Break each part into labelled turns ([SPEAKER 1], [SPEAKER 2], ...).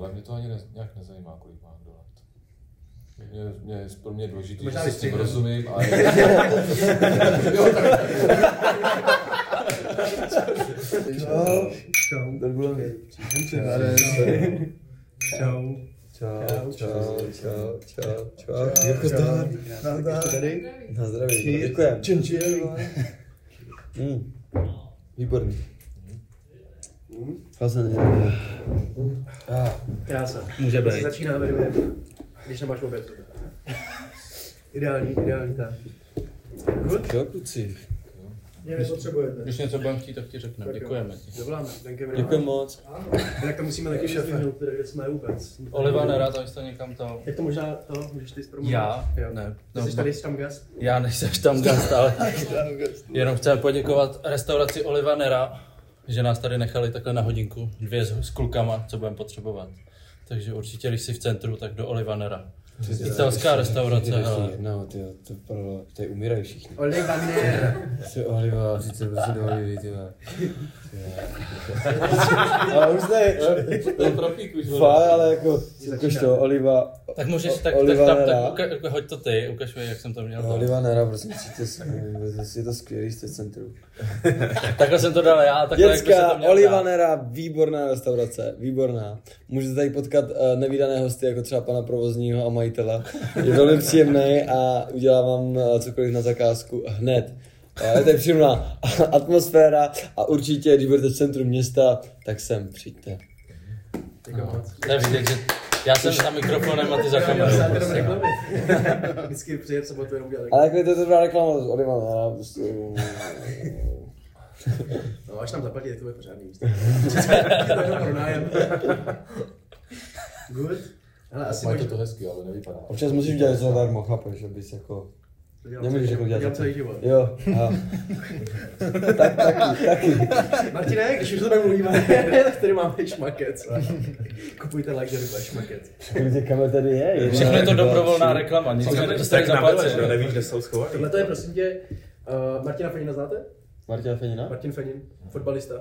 [SPEAKER 1] ale mě to ani ne, nějak nezajímá, kolik má kdo let. Mě, mě, pro mě je důležité, že
[SPEAKER 2] Možná
[SPEAKER 1] si s tím
[SPEAKER 2] vystřihnu.
[SPEAKER 1] rozumím a
[SPEAKER 3] Čau.
[SPEAKER 2] Čau.
[SPEAKER 3] To bylo mě.
[SPEAKER 2] Čau.
[SPEAKER 3] Čau, čau, čau, čau, čau.
[SPEAKER 2] Čau.
[SPEAKER 3] Jako zdar.
[SPEAKER 4] Jako
[SPEAKER 2] Nazdar.
[SPEAKER 3] tady? Na zdraví.
[SPEAKER 2] Cheers.
[SPEAKER 3] Děkujem.
[SPEAKER 2] Čin, čin.
[SPEAKER 3] Mm. Výborný. Hlasen je.
[SPEAKER 2] Krása.
[SPEAKER 4] Může být.
[SPEAKER 2] Začíná ve dvě, když nemáš oběd. Ideální, ideální tak.
[SPEAKER 3] Jo, kluci.
[SPEAKER 2] Mě nepotřebujete.
[SPEAKER 4] Když něco budeme chtít, tak ti řekneme. Děkujeme ti.
[SPEAKER 2] Zavoláme, děkujeme.
[SPEAKER 3] Děkujem moc.
[SPEAKER 2] Tak to musíme taky šefe. Kde jsme vůbec.
[SPEAKER 4] Oliva, nerád, abys to někam to...
[SPEAKER 2] Jak to možná, to můžeš ty zpromovat?
[SPEAKER 4] Já?
[SPEAKER 2] Jo.
[SPEAKER 4] Ne.
[SPEAKER 2] No, Jsi tady s tam gas?
[SPEAKER 4] Já nejsem tam gast, ale jenom chceme poděkovat restauraci Oliva Nera, že nás tady nechali takhle na hodinku, dvě s, s klukama, co budeme potřebovat. Takže určitě, když jsi v centru, tak do Oliva Nera. Italská restaurace, hele.
[SPEAKER 3] No, ty to pro, tady umírají všichni.
[SPEAKER 2] Oliva ne.
[SPEAKER 3] Se ohlivá, sice prostě do ohlivy, ty vole. A už tady,
[SPEAKER 1] to je trapík už.
[SPEAKER 3] fajn, ale jako, jakož to, oliva,
[SPEAKER 4] Tak můžeš, tak, tak,
[SPEAKER 3] Oliva
[SPEAKER 4] tak, tak,
[SPEAKER 3] Nera.
[SPEAKER 4] uka, hoď to ty, ukaž mi, jak jsem to měl.
[SPEAKER 3] no, oliva nera, prosím, cítíte se, je to skvělý, jste v centru.
[SPEAKER 4] Takhle jsem to dal já, takhle jak by se to
[SPEAKER 3] Dětská
[SPEAKER 4] měl dát.
[SPEAKER 3] Olivanera, výborná restaurace, výborná. Můžete tady potkat uh, nevýdané hosty, jako třeba pana provozního a majitele. Je velmi příjemný a udělá vám eh, cokoliv na zakázku hned. Eh, to je příjemná atmosféra a určitě, když budete v centru města, tak sem přijďte.
[SPEAKER 2] Děkuji moc.
[SPEAKER 4] To je vidět, že já jsem za mikrofonem a ty za kamerou.
[SPEAKER 2] Já jenom
[SPEAKER 4] prostě.
[SPEAKER 2] reklamy. Vždycky přijde v sobotu jenom dělat
[SPEAKER 3] Ale jako je to dobrá reklama z Olivanera. Prostě,
[SPEAKER 2] No, až nám zaplatí, tak to bude pořádný místo. Tak to pronájem. Good. Ale asi
[SPEAKER 1] Máte
[SPEAKER 2] možná-
[SPEAKER 1] to hezky, ale nevypadá.
[SPEAKER 3] občas musíš dělat něco zadarmo, chápeš, abys jako...
[SPEAKER 2] to dělám
[SPEAKER 3] Nemůžeš
[SPEAKER 2] celý-
[SPEAKER 3] jako dělat
[SPEAKER 2] dělám
[SPEAKER 3] za-
[SPEAKER 2] celý život.
[SPEAKER 3] Jo, a... tak, taky, taky.
[SPEAKER 2] Martine, když už to tak mluvíme, tak tady máme šmakec. Kupujte luxury black šmakec.
[SPEAKER 3] Kolik těch kamer tady je?
[SPEAKER 4] Všechno je to
[SPEAKER 3] Jedna,
[SPEAKER 4] dobrovolná
[SPEAKER 3] tři.
[SPEAKER 4] reklama, nic jsme to
[SPEAKER 5] tak
[SPEAKER 4] tak
[SPEAKER 5] nabaleš, no,
[SPEAKER 4] zaplaceno.
[SPEAKER 5] nevíš, kde jsou schovaný.
[SPEAKER 2] Tohle to je prosím tě, uh, Martina Fenina znáte?
[SPEAKER 3] Martina Fenina?
[SPEAKER 2] Martin Fenin, fotbalista.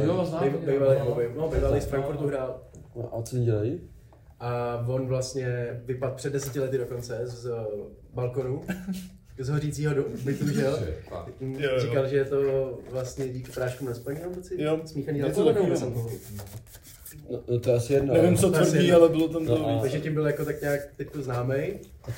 [SPEAKER 3] Eh,
[SPEAKER 1] Jo, znám.
[SPEAKER 2] Bej- Bývalý, nebo bej- no, bývalý z Frankfurtu hrál.
[SPEAKER 3] A co oni dělají?
[SPEAKER 2] A on vlastně vypadl před deseti lety dokonce z eh, balkonu, z hořícího domu, bytu, že jo? Mm,
[SPEAKER 5] Jo, jo.
[SPEAKER 2] Říkal, že je to vlastně díky práškům na spaní, nebo si
[SPEAKER 5] Jo.
[SPEAKER 2] smíchaný
[SPEAKER 1] Něco
[SPEAKER 2] alkohol, nebo
[SPEAKER 1] takového.
[SPEAKER 2] něco
[SPEAKER 3] No, no to je asi jedno.
[SPEAKER 5] Nevím,
[SPEAKER 3] no.
[SPEAKER 5] co
[SPEAKER 2] To asi
[SPEAKER 5] tvrdí,
[SPEAKER 2] jedno.
[SPEAKER 5] ale bylo tam
[SPEAKER 3] No a-
[SPEAKER 5] to víc.
[SPEAKER 2] Takže tím byl jako tak nějak teď to známej.
[SPEAKER 3] A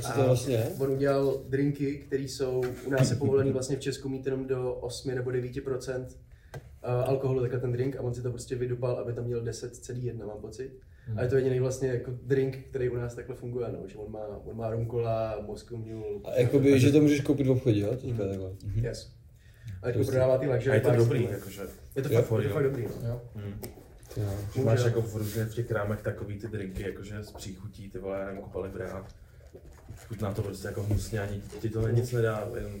[SPEAKER 3] co to vlastně je?
[SPEAKER 2] On udělal drinky, které jsou u nás je povolený vlastně v Česku mít jenom do 8 nebo 9 eh, alkoholu, takhle ten drink a on si to prostě vydupal, aby tam měl 10,1 mám pocit.
[SPEAKER 3] Hmm.
[SPEAKER 2] A je to jediný vlastně jako drink, který u nás takhle funguje, no, že on má, on má rumkola, Moscow Mule,
[SPEAKER 3] A jako- jakoby, že to můžeš koupit v obchodě, jo? Teďka takhle.
[SPEAKER 2] yes. A jako prodává ty luxury
[SPEAKER 5] A je to
[SPEAKER 2] packs,
[SPEAKER 5] dobrý,
[SPEAKER 2] no.
[SPEAKER 5] jakože.
[SPEAKER 2] Je to
[SPEAKER 3] prostě- Jo,
[SPEAKER 2] fakt, je to fakt dobrý, no.
[SPEAKER 3] Ty jo.
[SPEAKER 5] Že máš
[SPEAKER 2] Může.
[SPEAKER 5] jako v různě v těch krámech takový ty drinky, jakože z příchutí, ty vole, já nevím, kupalibra. Chutná to prostě jako hnusně, ani ti to nic nedá, jenom...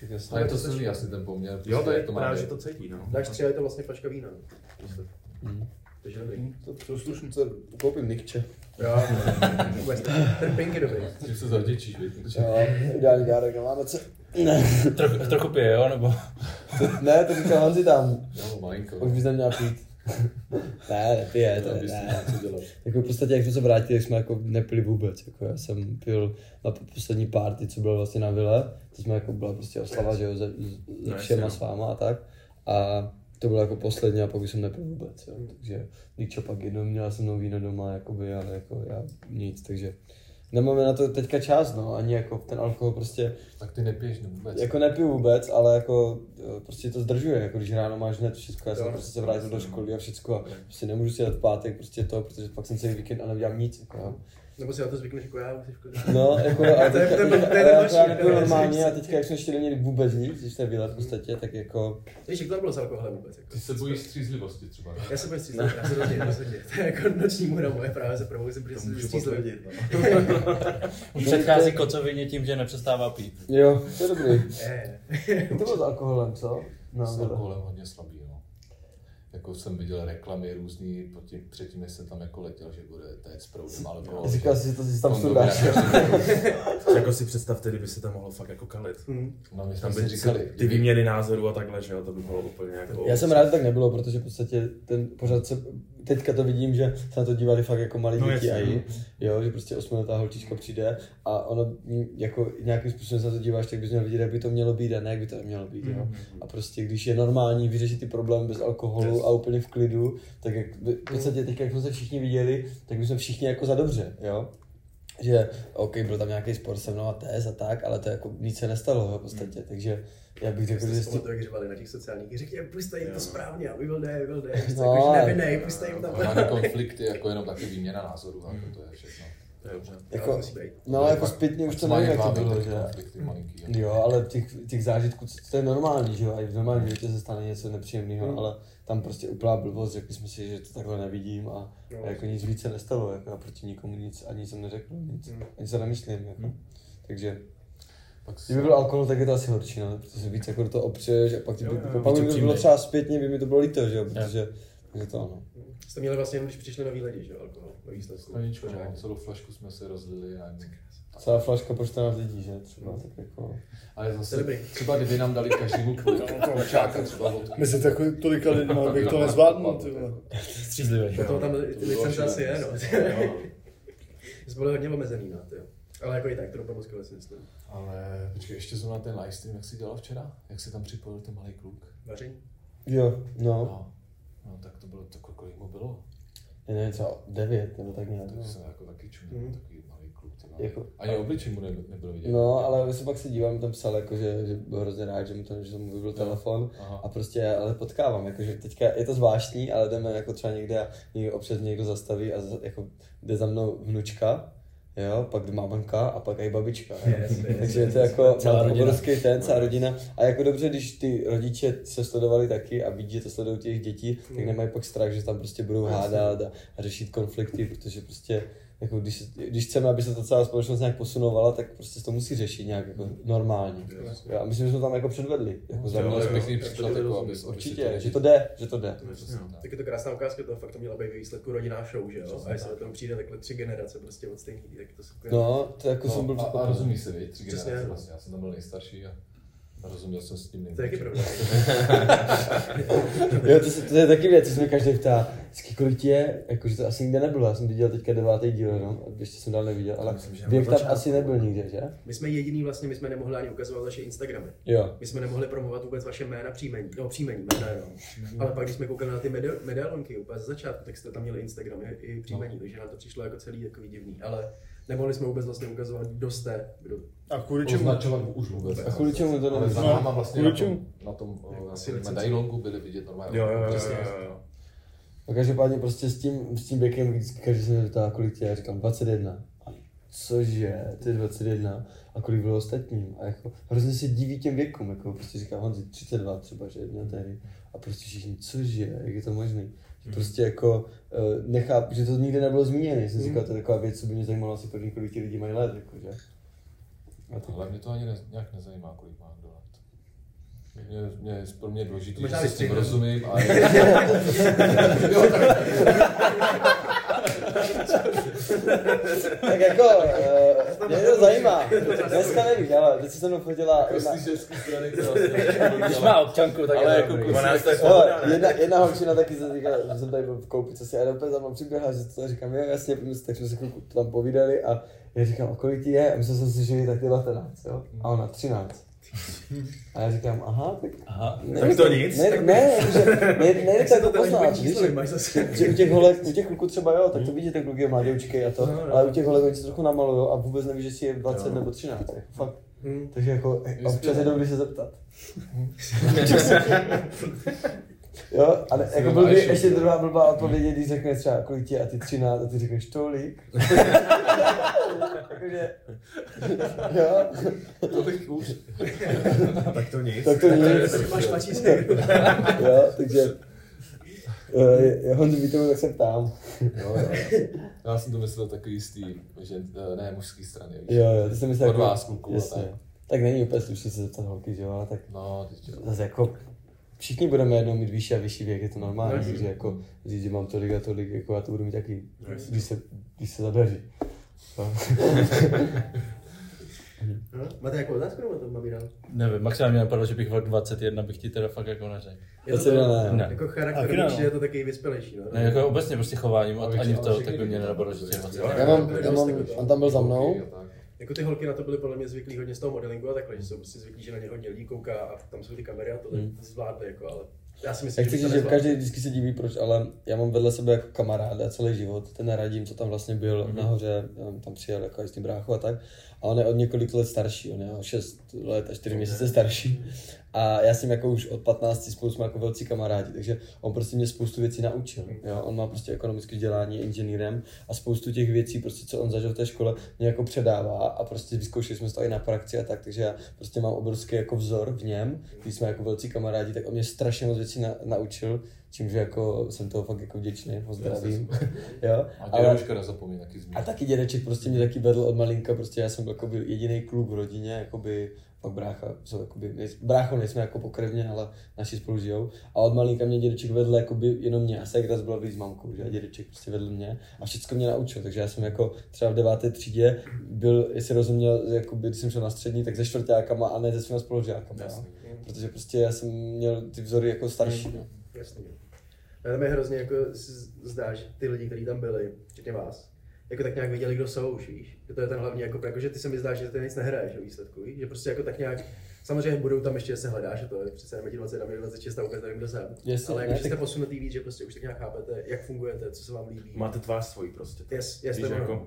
[SPEAKER 3] Tak jasně.
[SPEAKER 1] Ale je to silný asi ten poměr.
[SPEAKER 5] Jo, to
[SPEAKER 1] prostě,
[SPEAKER 5] je
[SPEAKER 1] jak má
[SPEAKER 5] právě,
[SPEAKER 1] být.
[SPEAKER 5] že to cítí, no.
[SPEAKER 2] Dáš tři a je to vlastně flaška vína. no.
[SPEAKER 3] Mhm.
[SPEAKER 2] Takže dobrý.
[SPEAKER 3] To příslušnice koupím nikče.
[SPEAKER 2] Jo, vůbec ne. ten pink je dobrý.
[SPEAKER 1] Tím se zavděčíš, víš.
[SPEAKER 3] Jo, ideální dárek na Vánoce. Ne,
[SPEAKER 4] Trochu, trochu pije, jo? Nebo...
[SPEAKER 3] ne, to říkal Hanzi tam.
[SPEAKER 1] Jo, malinko.
[SPEAKER 3] Už bys tam měla pít. Ne, ty je, to
[SPEAKER 1] Tam
[SPEAKER 3] je,
[SPEAKER 1] bys
[SPEAKER 3] ne.
[SPEAKER 1] měl co dělat.
[SPEAKER 3] Jako v podstatě, jak jsme se vrátili, tak jsme jako nepili vůbec. Jako já jsem pil na po- poslední party, co bylo vlastně na vile. To jsme jako byla prostě oslava, že jo, se, se
[SPEAKER 5] No,
[SPEAKER 3] všema
[SPEAKER 5] jasně,
[SPEAKER 3] s váma a tak. A to bylo jako poslední a pak už jsem nepil vůbec, jo. Takže Nikčo pak jednou měla se mnou víno doma, jakoby, ale jako já nic, takže nemáme na to teďka čas, no, ani jako ten alkohol prostě,
[SPEAKER 1] Tak ty nepiješ no, vůbec.
[SPEAKER 3] jako nepiju vůbec, ale jako eh, prostě to zdržuje, jako když ráno máš hned všechno, já jsem prostě se vrátil
[SPEAKER 2] no.
[SPEAKER 3] do školy a všechno a prostě nemůžu si dát pátek prostě to, protože pak jsem celý víkend a neudělám nic, jako jo.
[SPEAKER 2] Nebo si na to zvykneš jako já, musíš v
[SPEAKER 3] No, jako, ale
[SPEAKER 2] To je-
[SPEAKER 3] teďka,
[SPEAKER 2] to je- to je
[SPEAKER 3] ale já
[SPEAKER 2] nejhorší,
[SPEAKER 3] to
[SPEAKER 2] to
[SPEAKER 3] nebylo
[SPEAKER 2] je-
[SPEAKER 3] normálně a teďka, jak jsme ještě neměli vůbec nic, když jsme byla v podstatě, tak jako,
[SPEAKER 2] Víš, jak to bylo s alkoholem vůbec? Jako.
[SPEAKER 1] Ty se bojíš střízlivosti třeba. ne?
[SPEAKER 2] Já se prostě střízlivý, já se rozhodně, rozhodně. To je jako noční můra moje, právě se probouzím, protože
[SPEAKER 5] To
[SPEAKER 2] jsem
[SPEAKER 5] můžu
[SPEAKER 2] střízlivý.
[SPEAKER 5] potvrdit, no.
[SPEAKER 4] Už předchází kocovině tím, že nepřestává pít.
[SPEAKER 3] jo, to je dobrý.
[SPEAKER 2] Eh,
[SPEAKER 3] To bylo s alkoholem, co? No,
[SPEAKER 1] S
[SPEAKER 3] bylo.
[SPEAKER 1] alkoholem hodně slabý, no. Jako jsem viděl reklamy různý proti, předtím, než jsem tam jako letěl, že bude teď s proudem, ale bylo...
[SPEAKER 3] Říkal jsi, že to si tam
[SPEAKER 1] Kongo
[SPEAKER 3] sundáš.
[SPEAKER 5] Jako si představte, kdyby se tam mohlo fakt jako kalit.
[SPEAKER 2] hm.
[SPEAKER 1] No, my
[SPEAKER 5] Tam
[SPEAKER 1] jsme si
[SPEAKER 5] by
[SPEAKER 1] říkali,
[SPEAKER 5] ty výměny názorů a takhle, že jo, to by bylo úplně jako...
[SPEAKER 3] Já jsem rád, že tak nebylo, protože v podstatě ten pořád se teďka to vidím, že se na to dívali fakt jako malí
[SPEAKER 5] No,
[SPEAKER 3] no, děti
[SPEAKER 5] jasně,
[SPEAKER 3] a
[SPEAKER 5] no.
[SPEAKER 3] i, jo, že prostě osmiletá holčička přijde a ono mm, jako nějakým způsobem se na to díváš, tak bys měl vidět, jak by to mělo být a ne jak by to nemělo být, jo. A prostě když je normální vyřešit ty problémy bez alkoholu
[SPEAKER 5] Mm-hmm. Yes.
[SPEAKER 3] a úplně v klidu, tak jak, by- v podstatě teďka, jak jsme se všichni viděli, tak my jsme všichni jako za dobře, jo že OK, byl tam nějaký spor se mnou a test a tak, ale to jako nic se nestalo jo, v podstatě,
[SPEAKER 5] Mm.
[SPEAKER 3] takže já bych řekl,
[SPEAKER 2] Jako,
[SPEAKER 3] že
[SPEAKER 2] že
[SPEAKER 3] s tím,
[SPEAKER 2] to jak řvali na těch sociálních, řekněme, puste jim
[SPEAKER 5] Jo.
[SPEAKER 2] to správně, a we will day, we will day, víš co,
[SPEAKER 3] No,
[SPEAKER 2] jakože
[SPEAKER 3] ale-
[SPEAKER 2] jako, nevinnej, puste jim tam.
[SPEAKER 1] Žádné konflikty, jako jenom taky výměna názorů, jako to je všechno.
[SPEAKER 5] To je dobře.
[SPEAKER 3] jako,
[SPEAKER 2] musí být.
[SPEAKER 3] no jako zpětně už to nevím, jak to bylo, že?
[SPEAKER 1] Konflikty malinký, jo.
[SPEAKER 3] Jo, ale těch, těch zážitků, co- to je normální, že jo, i v normálním životě se stane něco nepříjemného,
[SPEAKER 5] Hmm.
[SPEAKER 3] ale tam prostě úplná blbost, řekli jsme si, že to takhle nevidím a, a jako nic víc se nestalo, jako a proti nikomu nic, ani jsem neřekl nic,
[SPEAKER 5] Hmm.
[SPEAKER 3] ani se nemyslím, jako. Takže,
[SPEAKER 1] Pak si-
[SPEAKER 3] kdyby byl alkohol, tak je to asi horší, no, protože se víc jako do toho opřeš a pak, ti by,
[SPEAKER 5] Jo, jo,
[SPEAKER 3] pak by, by
[SPEAKER 4] víc
[SPEAKER 3] bylo
[SPEAKER 4] upřímnej.
[SPEAKER 3] třeba zpětně, by mi to bylo líto, že jo, protože, takže to ano.
[SPEAKER 2] Jste měli vlastně jenom, když přišli noví lidi, že jo, alkohol, ve výsledku.
[SPEAKER 1] Skleničku,
[SPEAKER 2] Pořádně.
[SPEAKER 1] no, celou flašku jsme si rozlili a
[SPEAKER 3] Celá flaška pro 14 lidí, že? Třeba tak jako...
[SPEAKER 1] Ale
[SPEAKER 2] To je
[SPEAKER 1] zase,
[SPEAKER 2] dobrý.
[SPEAKER 1] třeba kdyby nám dali každému klučáka třeba vodku.
[SPEAKER 6] Mezi takový tolika lidma bych to nezvládnul, ty vole.
[SPEAKER 4] Střízlivý.
[SPEAKER 2] To tam ty licence
[SPEAKER 1] šílené.
[SPEAKER 2] asi je, no.
[SPEAKER 5] Jo.
[SPEAKER 2] Jsme byli hodně omezený na to, jo. Ale jako i tak to dopadlo skvěle, si myslím.
[SPEAKER 1] Ale počkej, ještě zrovna ten livestream, jak jsi dělal včera? Jak se tam připojil ten malý kluk?
[SPEAKER 2] Vaření?
[SPEAKER 3] Jo, no.
[SPEAKER 1] No, no tak to bylo, to kolik mu bylo?
[SPEAKER 3] Já nevím, třeba 9 nebo tak nějak.
[SPEAKER 1] Tak
[SPEAKER 3] no.
[SPEAKER 1] jsem jako taky čuměl,
[SPEAKER 2] Mhm.
[SPEAKER 1] takový malý kluk. ty vole.
[SPEAKER 3] Jako-
[SPEAKER 1] Ani obličej mu ne, nebylo vidět.
[SPEAKER 3] No, ale já se pak se dívám, tam psal, jako, že, že byl hrozně rád, že mu to, že mu vybil telefon.
[SPEAKER 1] Aha.
[SPEAKER 3] A prostě já ale potkávám, jakože teďka je to zvláštní, ale jdeme jako třeba někde a někdo občas někdo zastaví a za, jako jde za mnou vnučka, jo, pak mámanka a pak i babička. Jo.
[SPEAKER 2] Yes, yes,
[SPEAKER 3] Takže je
[SPEAKER 2] yes.
[SPEAKER 3] to jako
[SPEAKER 4] Celá
[SPEAKER 3] má to
[SPEAKER 4] rodina.
[SPEAKER 3] obrovský ten, celá rodina. A jako dobře, když ty rodiče se sledovali taky a vidí, že to sledují těch dětí, tak nemají pak strach, že tam prostě budou hádat a, a řešit konflikty, protože prostě jako když, se- když chceme, aby se ta celá společnost nějak posunovala, tak prostě se to musí řešit nějak jako normálně. Jo, a myslím, že jsme to tam jako předvedli. Jako za
[SPEAKER 1] To
[SPEAKER 3] mě,
[SPEAKER 1] byl
[SPEAKER 3] jako-
[SPEAKER 1] pěkný příklad, jako, aby
[SPEAKER 3] určitě, že to jde, že to jde.
[SPEAKER 2] Tak je to krásná ukázka toho, fakt to měla být ve výsledku rodinná show, že jo? A jestli o tom přijde takhle tři generace prostě od stejných, tak to super.
[SPEAKER 3] No, to jako jsem byl
[SPEAKER 1] a, a
[SPEAKER 3] překvapený.
[SPEAKER 1] rozumí se, víš, tři
[SPEAKER 2] Přesně.
[SPEAKER 1] generace vlastně, já jsem tam byl nejstarší a a rozuměl jsem s tím
[SPEAKER 2] To je taky
[SPEAKER 1] nejmladším.
[SPEAKER 2] pravda.
[SPEAKER 3] Jo, to, se, to je taky věc, co se mě každý ptá. Vždycky kolik ti je, jakože to asi nikde nebylo. Já jsem viděl teďka devátý díl, no, a ještě jsem dál neviděl, ale
[SPEAKER 5] Myslím, že
[SPEAKER 3] věk
[SPEAKER 5] na
[SPEAKER 3] tam
[SPEAKER 5] začátku.
[SPEAKER 3] asi nebyl nikde, že?
[SPEAKER 2] My jsme jediný vlastně, my jsme nemohli ani ukazovat vaše Instagramy.
[SPEAKER 3] Jo.
[SPEAKER 2] My jsme nemohli promovat vůbec vaše jména, příjmení, no příjmení, jména jenom. Ale pak, když jsme koukali na ty meda- medailonky úplně ze začátku, tak jste tam měli Instagram i, i příjmení, takže nám to přišlo jako celý takový divný. Ale nemohli jsme vůbec vlastně ukazovat, kdo jste, kdo.
[SPEAKER 6] A kvůli čemu?
[SPEAKER 1] Označovat už vůbec.
[SPEAKER 3] A kvůli čemu to
[SPEAKER 1] Ale za
[SPEAKER 3] nebylo?
[SPEAKER 6] No,
[SPEAKER 1] náma vlastně na
[SPEAKER 6] kvůli
[SPEAKER 1] tom, na tom, o, na
[SPEAKER 2] Asi
[SPEAKER 1] tom
[SPEAKER 2] licence.
[SPEAKER 1] medailonku byly vidět normálně.
[SPEAKER 5] Jo, jo, jo,
[SPEAKER 1] Přesně.
[SPEAKER 5] jo, jo.
[SPEAKER 3] A každopádně prostě s tím, s tím věkem, vždycky každý se mě ptá, kolik tě, já říkám 21. A cože, ty je 21. A kolik bylo ostatním? A jako hrozně se diví těm věkům, jako prostě říká Honzi 32 třeba, že jedna tady. A prostě všichni, cože, jak je to možný? Že Prostě jako eh, nechápu, že to nikdy nebylo zmíněné, jsem říkal, to je taková věc, co by mě zajímalo asi první, kolik ti lidi mají let, jako, že? A tak.
[SPEAKER 1] Ale mě to ani ne, nějak nezajímá, kolik má kdo let. Mě, mě, je pro mě je důležité, že
[SPEAKER 2] Možná
[SPEAKER 1] si s tím
[SPEAKER 2] vystřihnem.
[SPEAKER 1] rozumím a je,
[SPEAKER 3] tak jako, uh, mě to Jako zajímá, dneska nevím, ale teď se se mnou chodila jedna,
[SPEAKER 1] z té ženské strany, která se
[SPEAKER 4] Když má občanku, tak
[SPEAKER 1] Ale
[SPEAKER 4] je to
[SPEAKER 1] jako
[SPEAKER 4] dobrý.
[SPEAKER 1] kus-
[SPEAKER 5] Ona to je
[SPEAKER 3] Hele, jedna, jedna holčina taky se říkala, že jsem tady byl v koupici asi a úplně za mnou přiběhla, že to říkám, jo, jasně, pojďme si, tak jsme se chvilku tam povídali a já říkám, a kolik ti je? A my jsme se slyšeli tak 19, jo? A ona 13. A já říkám, aha, tak...
[SPEAKER 4] Aha.
[SPEAKER 3] Ne,
[SPEAKER 5] Tak to nic,
[SPEAKER 3] Ne, ne, jakože, ne, ne,
[SPEAKER 2] Jak
[SPEAKER 3] nejde
[SPEAKER 2] se
[SPEAKER 3] tak
[SPEAKER 2] to
[SPEAKER 3] to
[SPEAKER 2] tady
[SPEAKER 3] poznat, víš?
[SPEAKER 2] číslo máš zase.
[SPEAKER 3] Že u těch holek, u těch kluků třeba jo, tak to vidíte, ten kluk je mladoučkej a to,
[SPEAKER 2] No, no.
[SPEAKER 3] ale u těch holek oni se trochu namalujou a vůbec neví, že si je 20 nebo 13, jako fakt.
[SPEAKER 2] Hm.
[SPEAKER 3] Takže jako občas je dobrý se zeptat. Jo, ale jako byl by
[SPEAKER 1] Malejší,
[SPEAKER 3] ještě
[SPEAKER 1] jo.
[SPEAKER 3] druhá blbá odpověď, je, když řekneš třeba kolik ti je a ty 13 a ty řekneš tolik. Jakože, jo,
[SPEAKER 1] tolik už.
[SPEAKER 5] Tak to nic.
[SPEAKER 3] tak to nic,
[SPEAKER 2] Máš tlačí Instagram.
[SPEAKER 3] jo, takže eh, Honzi, víte, mu, tak se ptám.
[SPEAKER 1] Jo, jo. Já jsem to myslel takový z té, že eh, ne mužské strany. víš.
[SPEAKER 3] Jo, jo, ty jsi myslel jako-
[SPEAKER 1] Od vás, kluků, a
[SPEAKER 3] jasně.
[SPEAKER 1] tak.
[SPEAKER 3] Tak není úplně slušný se zeptat holky, že jo, ale tak
[SPEAKER 1] No, teď jo.
[SPEAKER 3] zase jako všichni budeme jednou mít vyšší a vyšší věk, je to normální, takže jako říct, že mám tolik a tolik, jako já to budu mít taky, když se, když se zadaří. Jo.
[SPEAKER 2] Hm? Máte nějakou otázku nebo to mám jinak?
[SPEAKER 4] Nevím, maximálně mě napadlo, že bych od 21 bych ti teda fakt jako neřekl.
[SPEAKER 2] Je to,
[SPEAKER 3] se dá,
[SPEAKER 2] to
[SPEAKER 3] ne.
[SPEAKER 2] jako
[SPEAKER 6] Taky ne,
[SPEAKER 2] charakter,
[SPEAKER 6] no.
[SPEAKER 2] určitě je to taky vyspělejší. No.
[SPEAKER 4] Ne, jako obecně prostě chováním,
[SPEAKER 1] Abych
[SPEAKER 4] a ani
[SPEAKER 1] si-
[SPEAKER 4] to,
[SPEAKER 1] abych
[SPEAKER 4] tak by
[SPEAKER 1] si-
[SPEAKER 4] mě nenapadlo, že tě 21.
[SPEAKER 1] Jo,
[SPEAKER 3] Já mám, já mám, on tam byl za mnou,
[SPEAKER 2] Jako ty holky na to byly podle mě zvyklí hodně z toho modelingu a takhle, že jsou prostě zvyklí, že na ně hodně lidí kouká a tam jsou ty kamery a tohle hmm. zvládne, jako, ale já si
[SPEAKER 3] Já
[SPEAKER 2] myslím,
[SPEAKER 3] chci
[SPEAKER 2] že, to
[SPEAKER 3] říct, že
[SPEAKER 2] nezvládne.
[SPEAKER 3] každý vždycky se diví, proč, ale já mám vedle sebe jako kamaráda celý život, ten radím, co tam vlastně byl mm-hmm. nahoře, já nevím, tam přijel jako s tím bráchou a tak. A on je od několik let starší, on je o 6 let a 4 měsíce starší. A já jsem jako už od 15 spolu jsme jako velcí kamarádi, takže on prostě mě spoustu věcí naučil. Jo? On má prostě ekonomické vzdělání, je inženýrem a spoustu těch věcí, prostě, co on zažil v té škole, mě jako předává a prostě vyzkoušeli jsme to i na praxi a tak, takže já prostě mám obrovský jako vzor v něm, když jsme jako velcí kamarádi, tak on mě strašně moc věcí na, naučil, čímž jako jsem toho fakt jako vděčný, ho zdravím. jo?
[SPEAKER 1] A
[SPEAKER 3] Ale,
[SPEAKER 1] dědouška nezapomín taky zmínit.
[SPEAKER 3] a taky dědeček prostě mě taky vedl od malinka, prostě já jsem byl jakoby jediný kluk v rodině, jakoby pak brácha, jsou jakoby, nej, brácho nejsme jako pokrevně, ale naši spolu žijou. A od malinka mě dědeček vedl jakoby jenom mě, a ségra byla víc s mamkou, že a dědeček prostě vedl mě a všechno mě naučil, takže já jsem jako třeba v deváté třídě byl, jestli rozuměl, jakoby, když jsem šel na střední, tak se čtvrtákama a ne se svými spolužákama, jo. protože prostě já jsem měl ty vzory jako starší. No.
[SPEAKER 2] Jasný. Ale mi hrozně jako z- zdá, že ty lidi, kteří tam byli, včetně vás, jako tak nějak věděli, kdo jsou už, víš. Že to je ten hlavní, jako, jako že ty se mi zdá, že ty nic nehraješ do výsledku, víš? Že prostě jako tak nějak, samozřejmě budou tam ještě se hledá, že to je přece jenom 20, 26 a vůbec nevím, kdo jsem.
[SPEAKER 3] Jasně,
[SPEAKER 2] Ale
[SPEAKER 3] ne,
[SPEAKER 2] jako, že
[SPEAKER 3] tak-
[SPEAKER 2] jste posunutý víc, že prostě už tak nějak chápete, jak fungujete, co se vám líbí.
[SPEAKER 5] Máte tvář svoji prostě.
[SPEAKER 2] Yes, yes,
[SPEAKER 5] Víš,
[SPEAKER 2] nebo-
[SPEAKER 5] jako,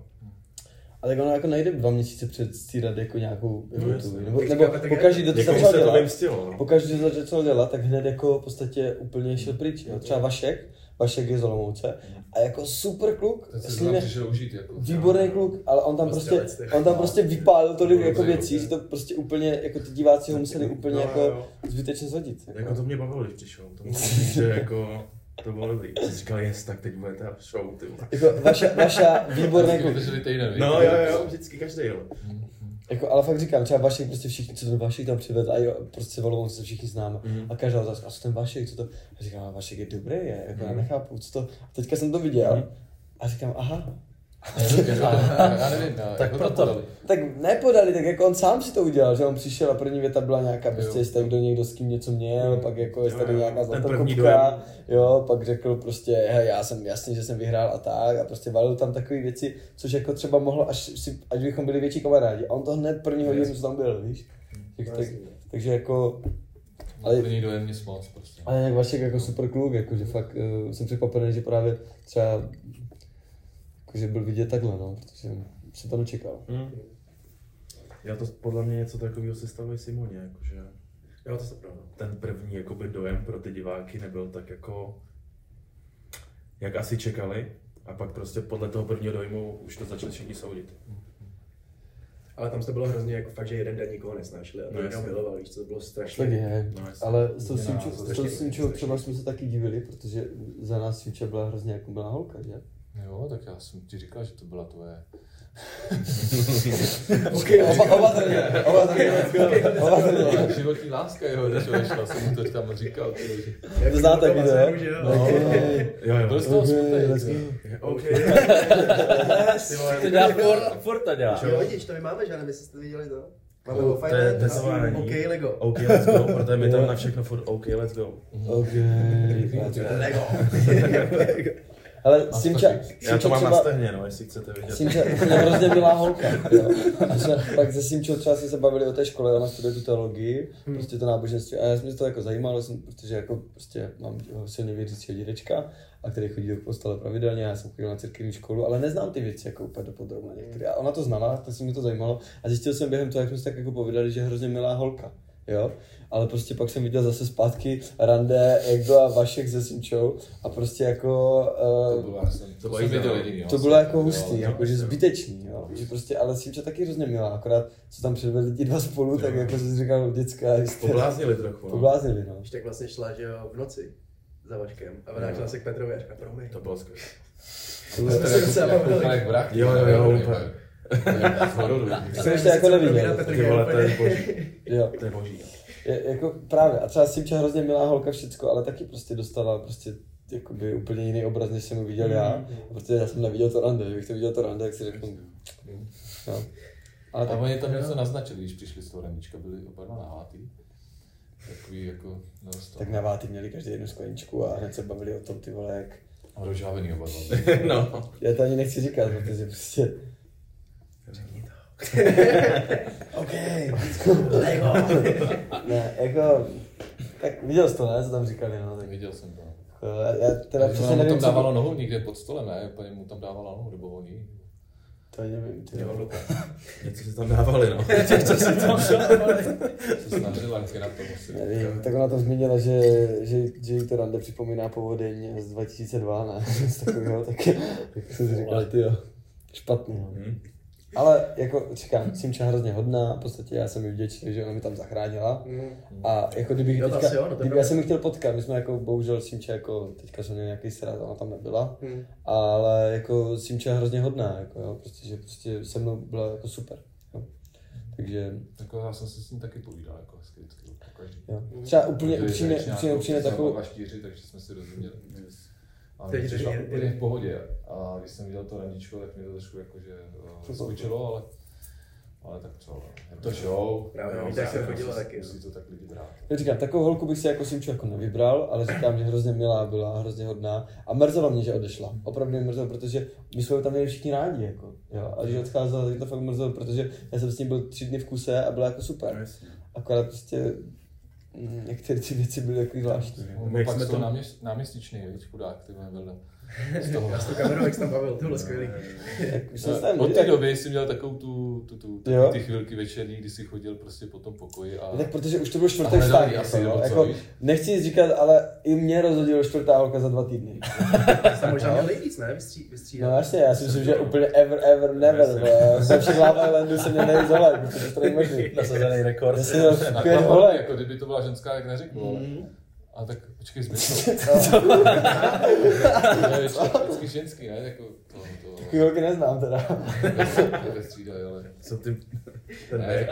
[SPEAKER 3] A tak ono jako nejde dva měsíce předstírat jako nějakou
[SPEAKER 5] No,
[SPEAKER 3] no,
[SPEAKER 5] jasně.
[SPEAKER 3] nebo,
[SPEAKER 2] Teď
[SPEAKER 3] nebo
[SPEAKER 2] chápete,
[SPEAKER 3] pokaždý, kdo to
[SPEAKER 5] Někomu
[SPEAKER 3] začal
[SPEAKER 5] Jako se to
[SPEAKER 3] dělat,
[SPEAKER 5] vymstilo. no.
[SPEAKER 3] pokaždý, kdo to začal dělat, tak hned jako v podstatě úplně šel pryč. Jo. Třeba Vašek, Vašek je z Olomouce a jako super kluk,
[SPEAKER 1] Ten se
[SPEAKER 3] s
[SPEAKER 1] s nám
[SPEAKER 3] ním je
[SPEAKER 1] přišel užít. Jako.
[SPEAKER 3] výborný kluk, ale on tam
[SPEAKER 2] Prostě
[SPEAKER 3] prostě,
[SPEAKER 2] lec, ty.
[SPEAKER 3] on tam prostě vypálil tolik
[SPEAKER 1] Výborný
[SPEAKER 3] jako
[SPEAKER 1] kluk,
[SPEAKER 3] věcí,
[SPEAKER 1] jo.
[SPEAKER 3] že to prostě úplně, jako ty diváci ho museli úplně
[SPEAKER 5] No,
[SPEAKER 3] jako
[SPEAKER 5] jo.
[SPEAKER 3] zbytečně zhodit.
[SPEAKER 5] Jako to mě bavilo, když přišel. To musím říct, že jako to bylo dobrý. Jsem říkal, yes, tak teď bude ta show, ty vole.
[SPEAKER 3] Jako vaša, vaša výborný kluk.
[SPEAKER 1] Vydrželi týden, víš?
[SPEAKER 5] No jo, jo, vždycky každý jo.
[SPEAKER 3] Jako, ale fakt říkám, třeba Vašek prostě všichni, co ten Vašek tam přivedl, a jo, prostě volou, se všichni známe. Mm. A každá otázka, a co ten Vašek, co to? A říkám, a Vašek je dobrý, je, jako já nechápu, co to. A teďka jsem to viděl a říkám, aha,
[SPEAKER 1] Já nevím, já-
[SPEAKER 4] Tak
[SPEAKER 1] jak ho tam
[SPEAKER 4] proto.
[SPEAKER 1] podali?
[SPEAKER 3] tak nepodali, tak jako on sám si to udělal, že on přišel a první věta byla nějaká, prostě
[SPEAKER 1] Jo.
[SPEAKER 3] jestli tady kdo někdo s kým něco měl, pak jako jestli
[SPEAKER 5] Jo,
[SPEAKER 3] tady
[SPEAKER 5] jo,
[SPEAKER 3] nějaká
[SPEAKER 5] ten první
[SPEAKER 3] zlatokopka, jo, pak řekl prostě, "Hele, já jsem jasný, že jsem vyhrál a tak, a prostě valil tam takové věci, což jako třeba mohlo, až, si, až bychom byli větší kamarádi. A on to hned první hodinu, co tam byl, víš? Tak, tak, takže jako Ale-
[SPEAKER 1] Ale... Plný dojem mě smoc prostě.
[SPEAKER 3] Ale jak Vašek jako super kluk, jako, že fakt uh, jsem překvapený, že právě třeba jako, že byl vidět takhle, no, protože jsem to nečekal.
[SPEAKER 5] Já to podle mě něco takového se stalo i Simoně, jakože
[SPEAKER 2] Jo, to se no, pravda.
[SPEAKER 5] ten první jakoby dojem pro ty diváky nebyl tak jako, jak asi čekali. A pak prostě podle toho prvního dojmu už to začali všichni soudit.
[SPEAKER 2] Ale tam to bylo hrozně jako fakt, že jeden den nikoho nesnášeli a to
[SPEAKER 5] No,
[SPEAKER 2] jenom
[SPEAKER 5] jasně.
[SPEAKER 2] miloval, víš, co to bylo strašně.
[SPEAKER 3] Tak je.
[SPEAKER 5] No, jasně.
[SPEAKER 3] Ale s tou
[SPEAKER 1] Mě
[SPEAKER 3] Simčou-
[SPEAKER 1] nás
[SPEAKER 3] s tou
[SPEAKER 2] strašně-
[SPEAKER 3] Simčou třeba jsme se taky divili, protože za nás Simča byla hrozně jako byla holka, že?
[SPEAKER 1] Jo, tak já jsem ti říkal, že to byla tvoje.
[SPEAKER 3] Oba, oba trně, oba trně, oba trně.
[SPEAKER 1] Životní láska jeho, než odešla, jsem mu to tam říkal. ty, že-
[SPEAKER 3] To vlastně, znáte
[SPEAKER 2] Jako
[SPEAKER 3] video,
[SPEAKER 2] že jo?
[SPEAKER 1] No.
[SPEAKER 5] Jo, jo.
[SPEAKER 1] Byl z toho
[SPEAKER 3] Ok,
[SPEAKER 1] smutný.
[SPEAKER 3] let's
[SPEAKER 1] jo.
[SPEAKER 3] go.
[SPEAKER 2] OK. Ty vole, jako-
[SPEAKER 4] To dělá Ford, Forta dělá.
[SPEAKER 2] Jo, vidíš, to my máme žádné, my jste viděli to. Máme
[SPEAKER 5] To-
[SPEAKER 2] o
[SPEAKER 5] Oh, to je- Oh.
[SPEAKER 2] Fight
[SPEAKER 5] to je
[SPEAKER 2] Night,
[SPEAKER 5] zvolání.
[SPEAKER 2] OK, Lego.
[SPEAKER 5] OK, let's go, protože my
[SPEAKER 3] Jo.
[SPEAKER 5] tam na všechno furt OK, let's go.
[SPEAKER 3] Ok,
[SPEAKER 2] Lego.
[SPEAKER 3] Ale Simča,
[SPEAKER 5] Já to
[SPEAKER 3] Simča
[SPEAKER 5] mám na
[SPEAKER 3] třeba,
[SPEAKER 5] stehně, no, jestli chcete vidět.
[SPEAKER 3] Simča je hrozně milá holka. Jo. A že, pak se Simčou třeba jsme se bavili o té škole, ona studuje tu teologii, prostě to náboženství. A já jsem mě to jako zajímalo, jsem, protože jako prostě mám silně věřícího dědečka, a který chodí do kostela pravidelně, já jsem chodil na církevní školu, ale neznám ty věci jako úplně dopodrobně některé. A ona to znala, tak se mě to zajímalo a zjistil jsem během toho, jak jsme se tak jako povídali, že je hrozně milá holka. Jo, ale prostě pak jsem viděl zase zpátky rande, jak byla Vašek se Simčou a prostě jako
[SPEAKER 1] To
[SPEAKER 3] eh,
[SPEAKER 1] bylo, já jsem, to
[SPEAKER 5] bylo
[SPEAKER 1] jsem
[SPEAKER 5] jiné.
[SPEAKER 1] viděl jediný. jo,
[SPEAKER 3] to
[SPEAKER 1] jsem-
[SPEAKER 3] bylo jako
[SPEAKER 1] jo,
[SPEAKER 3] hustý,
[SPEAKER 1] jo.
[SPEAKER 3] jakože zbytečný, jo. Že prostě, ale Simča taky hrozně milá, akorát co tam předvedli ti dva spolu, tak
[SPEAKER 5] Jo.
[SPEAKER 3] jako jsi říkal, děcka, jste
[SPEAKER 5] Pobláznili trochu. No.
[SPEAKER 3] pobláznili, no.
[SPEAKER 2] Ještě tak vlastně šla, že jo, v noci za Vaškem a vrátila se k Petrovi a říká, promiň.
[SPEAKER 5] No. To bylo skvělé.
[SPEAKER 1] To jste
[SPEAKER 2] jsem se
[SPEAKER 1] jako-
[SPEAKER 2] bavil.
[SPEAKER 1] jako jak vrah.
[SPEAKER 5] Jo, jo, jo,
[SPEAKER 1] Jo,
[SPEAKER 5] úplně.
[SPEAKER 1] jo, Z hororu.
[SPEAKER 3] jsem ještě jako neviděl.
[SPEAKER 5] Ty vole, to je boží.
[SPEAKER 3] Jo,
[SPEAKER 5] To je boží.
[SPEAKER 3] je, jako právě, a třeba Simča hrozně milá holka všecko, ale taky prostě dostala prostě jakoby úplně jiný obraz, než jsem ho
[SPEAKER 1] Mm,
[SPEAKER 3] viděl já, protože já jsem neviděl to rande, kdybych to viděl to rande, jak si řeknu, no. Ale
[SPEAKER 1] A
[SPEAKER 3] tak,
[SPEAKER 1] oni tam něco naznačili, když přišli z toho remíčka, byli oba dva nahátý. Takový jako, no,
[SPEAKER 3] tak na váty měli každý jednu skleničku a hned se bavili o tom, ty vole, jak...
[SPEAKER 1] rožávený oba dva.
[SPEAKER 5] No.
[SPEAKER 3] Já to ani nechci říkat, protože prostě... OK, Lego. ne, jako... Tak viděl jsi to, ne, co tam říkali, no, tak...
[SPEAKER 1] Viděl jsem to.
[SPEAKER 3] jako, Já, já teda
[SPEAKER 1] Ona mu
[SPEAKER 3] přesně nevím,
[SPEAKER 1] tam
[SPEAKER 3] co...
[SPEAKER 1] dávala nohu někde pod stolem, ne? Paní mu tam dávala nohu, nebo oni.
[SPEAKER 3] To ani nevím, ty
[SPEAKER 5] Jo,
[SPEAKER 3] jo.
[SPEAKER 5] Luka. Něco si tam dávali, no.
[SPEAKER 1] Se snažila, jak je na tom asi.
[SPEAKER 3] Nevím, tak ona tam zmínila, že, že, že jí to rande připomíná povodeň z 2002, ne? Něco takového, tak, tak jsem si říkal, ty jo. Špatný, no.
[SPEAKER 2] Mhm.
[SPEAKER 5] Hm.
[SPEAKER 3] Ale jako říkám, Simča je hrozně hodná, v podstatě já jsem jí vděčný, že ona mi tam zachránila. A jako kdybych
[SPEAKER 2] Mhm. Jo, to
[SPEAKER 3] teďka,
[SPEAKER 2] asi jo, no to je
[SPEAKER 3] kdyby já
[SPEAKER 2] pravda.
[SPEAKER 3] jsem ji chtěl potkat, my jsme jako bohužel Simča jako, teďka jsem měl nějaký srát, ona tam nebyla.
[SPEAKER 2] Hmm.
[SPEAKER 3] Ale jako Simča je hrozně hodná, jako jo, prostě, že prostě se mnou byla jako super. Jo. Takže
[SPEAKER 1] Jako já jsem si s ním taky povídal, jako hezky vždycky. po každý.
[SPEAKER 3] jo.
[SPEAKER 2] Mhm.
[SPEAKER 3] Třeba úplně upřímně, upřímně,
[SPEAKER 2] jako
[SPEAKER 3] upřímně takovou,
[SPEAKER 1] Oba štíři, takže jsme si rozuměli. A
[SPEAKER 2] Takže
[SPEAKER 1] mi přišla
[SPEAKER 2] je-
[SPEAKER 1] úplně
[SPEAKER 2] je-
[SPEAKER 1] v pohodě. A když jsem viděl to randičko, tak mě to trošku jakože eh, skočilo, ale ale tak co, no. je to show.
[SPEAKER 2] Právě,
[SPEAKER 1] Jo,
[SPEAKER 2] víte, jak se
[SPEAKER 1] musí-
[SPEAKER 2] chodilo taky,
[SPEAKER 3] no.
[SPEAKER 1] Musí to tak lidi brát.
[SPEAKER 3] Já říkám, takovou holku bych si jako Simču jako nevybral, ale říkám, že hrozně milá byla, hrozně hodná a mrzelo mě, že odešla. Opravdu mě mrzelo, protože my jsme tam měli všichni rádi, jako, jo. A když odcházela, tak to fakt mrzelo, protože já jsem s ní byl tři dny v kuse a byla jako super. Akorát prostě mm, některé ty věci byly jako zvláštní.
[SPEAKER 1] On byl No,
[SPEAKER 5] Jak
[SPEAKER 1] pak
[SPEAKER 5] jsme
[SPEAKER 1] z toho
[SPEAKER 5] to-
[SPEAKER 1] náměst, náměstičný, víc chudák, ty vole, vedle. Z toho.
[SPEAKER 2] Já s tou kamerou, jak jsem tam bavil, to bylo skvělý.
[SPEAKER 3] Tak už jsem se tam
[SPEAKER 1] Od té
[SPEAKER 3] tak,
[SPEAKER 1] doby jsi měl takovou tu, tu, tu,
[SPEAKER 3] Jo. No
[SPEAKER 1] tu ty chvilky večerní, kdy jsi chodil prostě po tom pokoji a...
[SPEAKER 3] tak protože už to byl
[SPEAKER 1] a
[SPEAKER 3] čtvrtek
[SPEAKER 1] hledal
[SPEAKER 3] stát,
[SPEAKER 1] ji
[SPEAKER 3] jako,
[SPEAKER 1] asi, nebo
[SPEAKER 3] no.
[SPEAKER 1] co,
[SPEAKER 3] jako,
[SPEAKER 1] víš?
[SPEAKER 3] nechci nic říkat, ale i mě rozhodilo čtvrtá holka za dva týdny.
[SPEAKER 2] Já jsem možná měl nejvíc, ne? Vystří,
[SPEAKER 3] No
[SPEAKER 2] vystřídat.
[SPEAKER 3] jasně, já si myslím, že úplně ever, ever, never. vole. Ze všech Lava Islandů jsem měl nejvíc holek, protože to není možný.
[SPEAKER 4] Nasazený rekord.
[SPEAKER 3] Já jsem měl
[SPEAKER 1] Na
[SPEAKER 3] pět
[SPEAKER 1] klamor,
[SPEAKER 3] holek.
[SPEAKER 1] jako kdyby to byla ženská, jak neřeknu, ale... A tak počkej, zbytko. to je vždycky ženský, ne? Jako to, to,
[SPEAKER 3] Takový holky neznám teda.
[SPEAKER 1] to vystřídají, ale...
[SPEAKER 5] Co ty... Ten
[SPEAKER 1] Ne.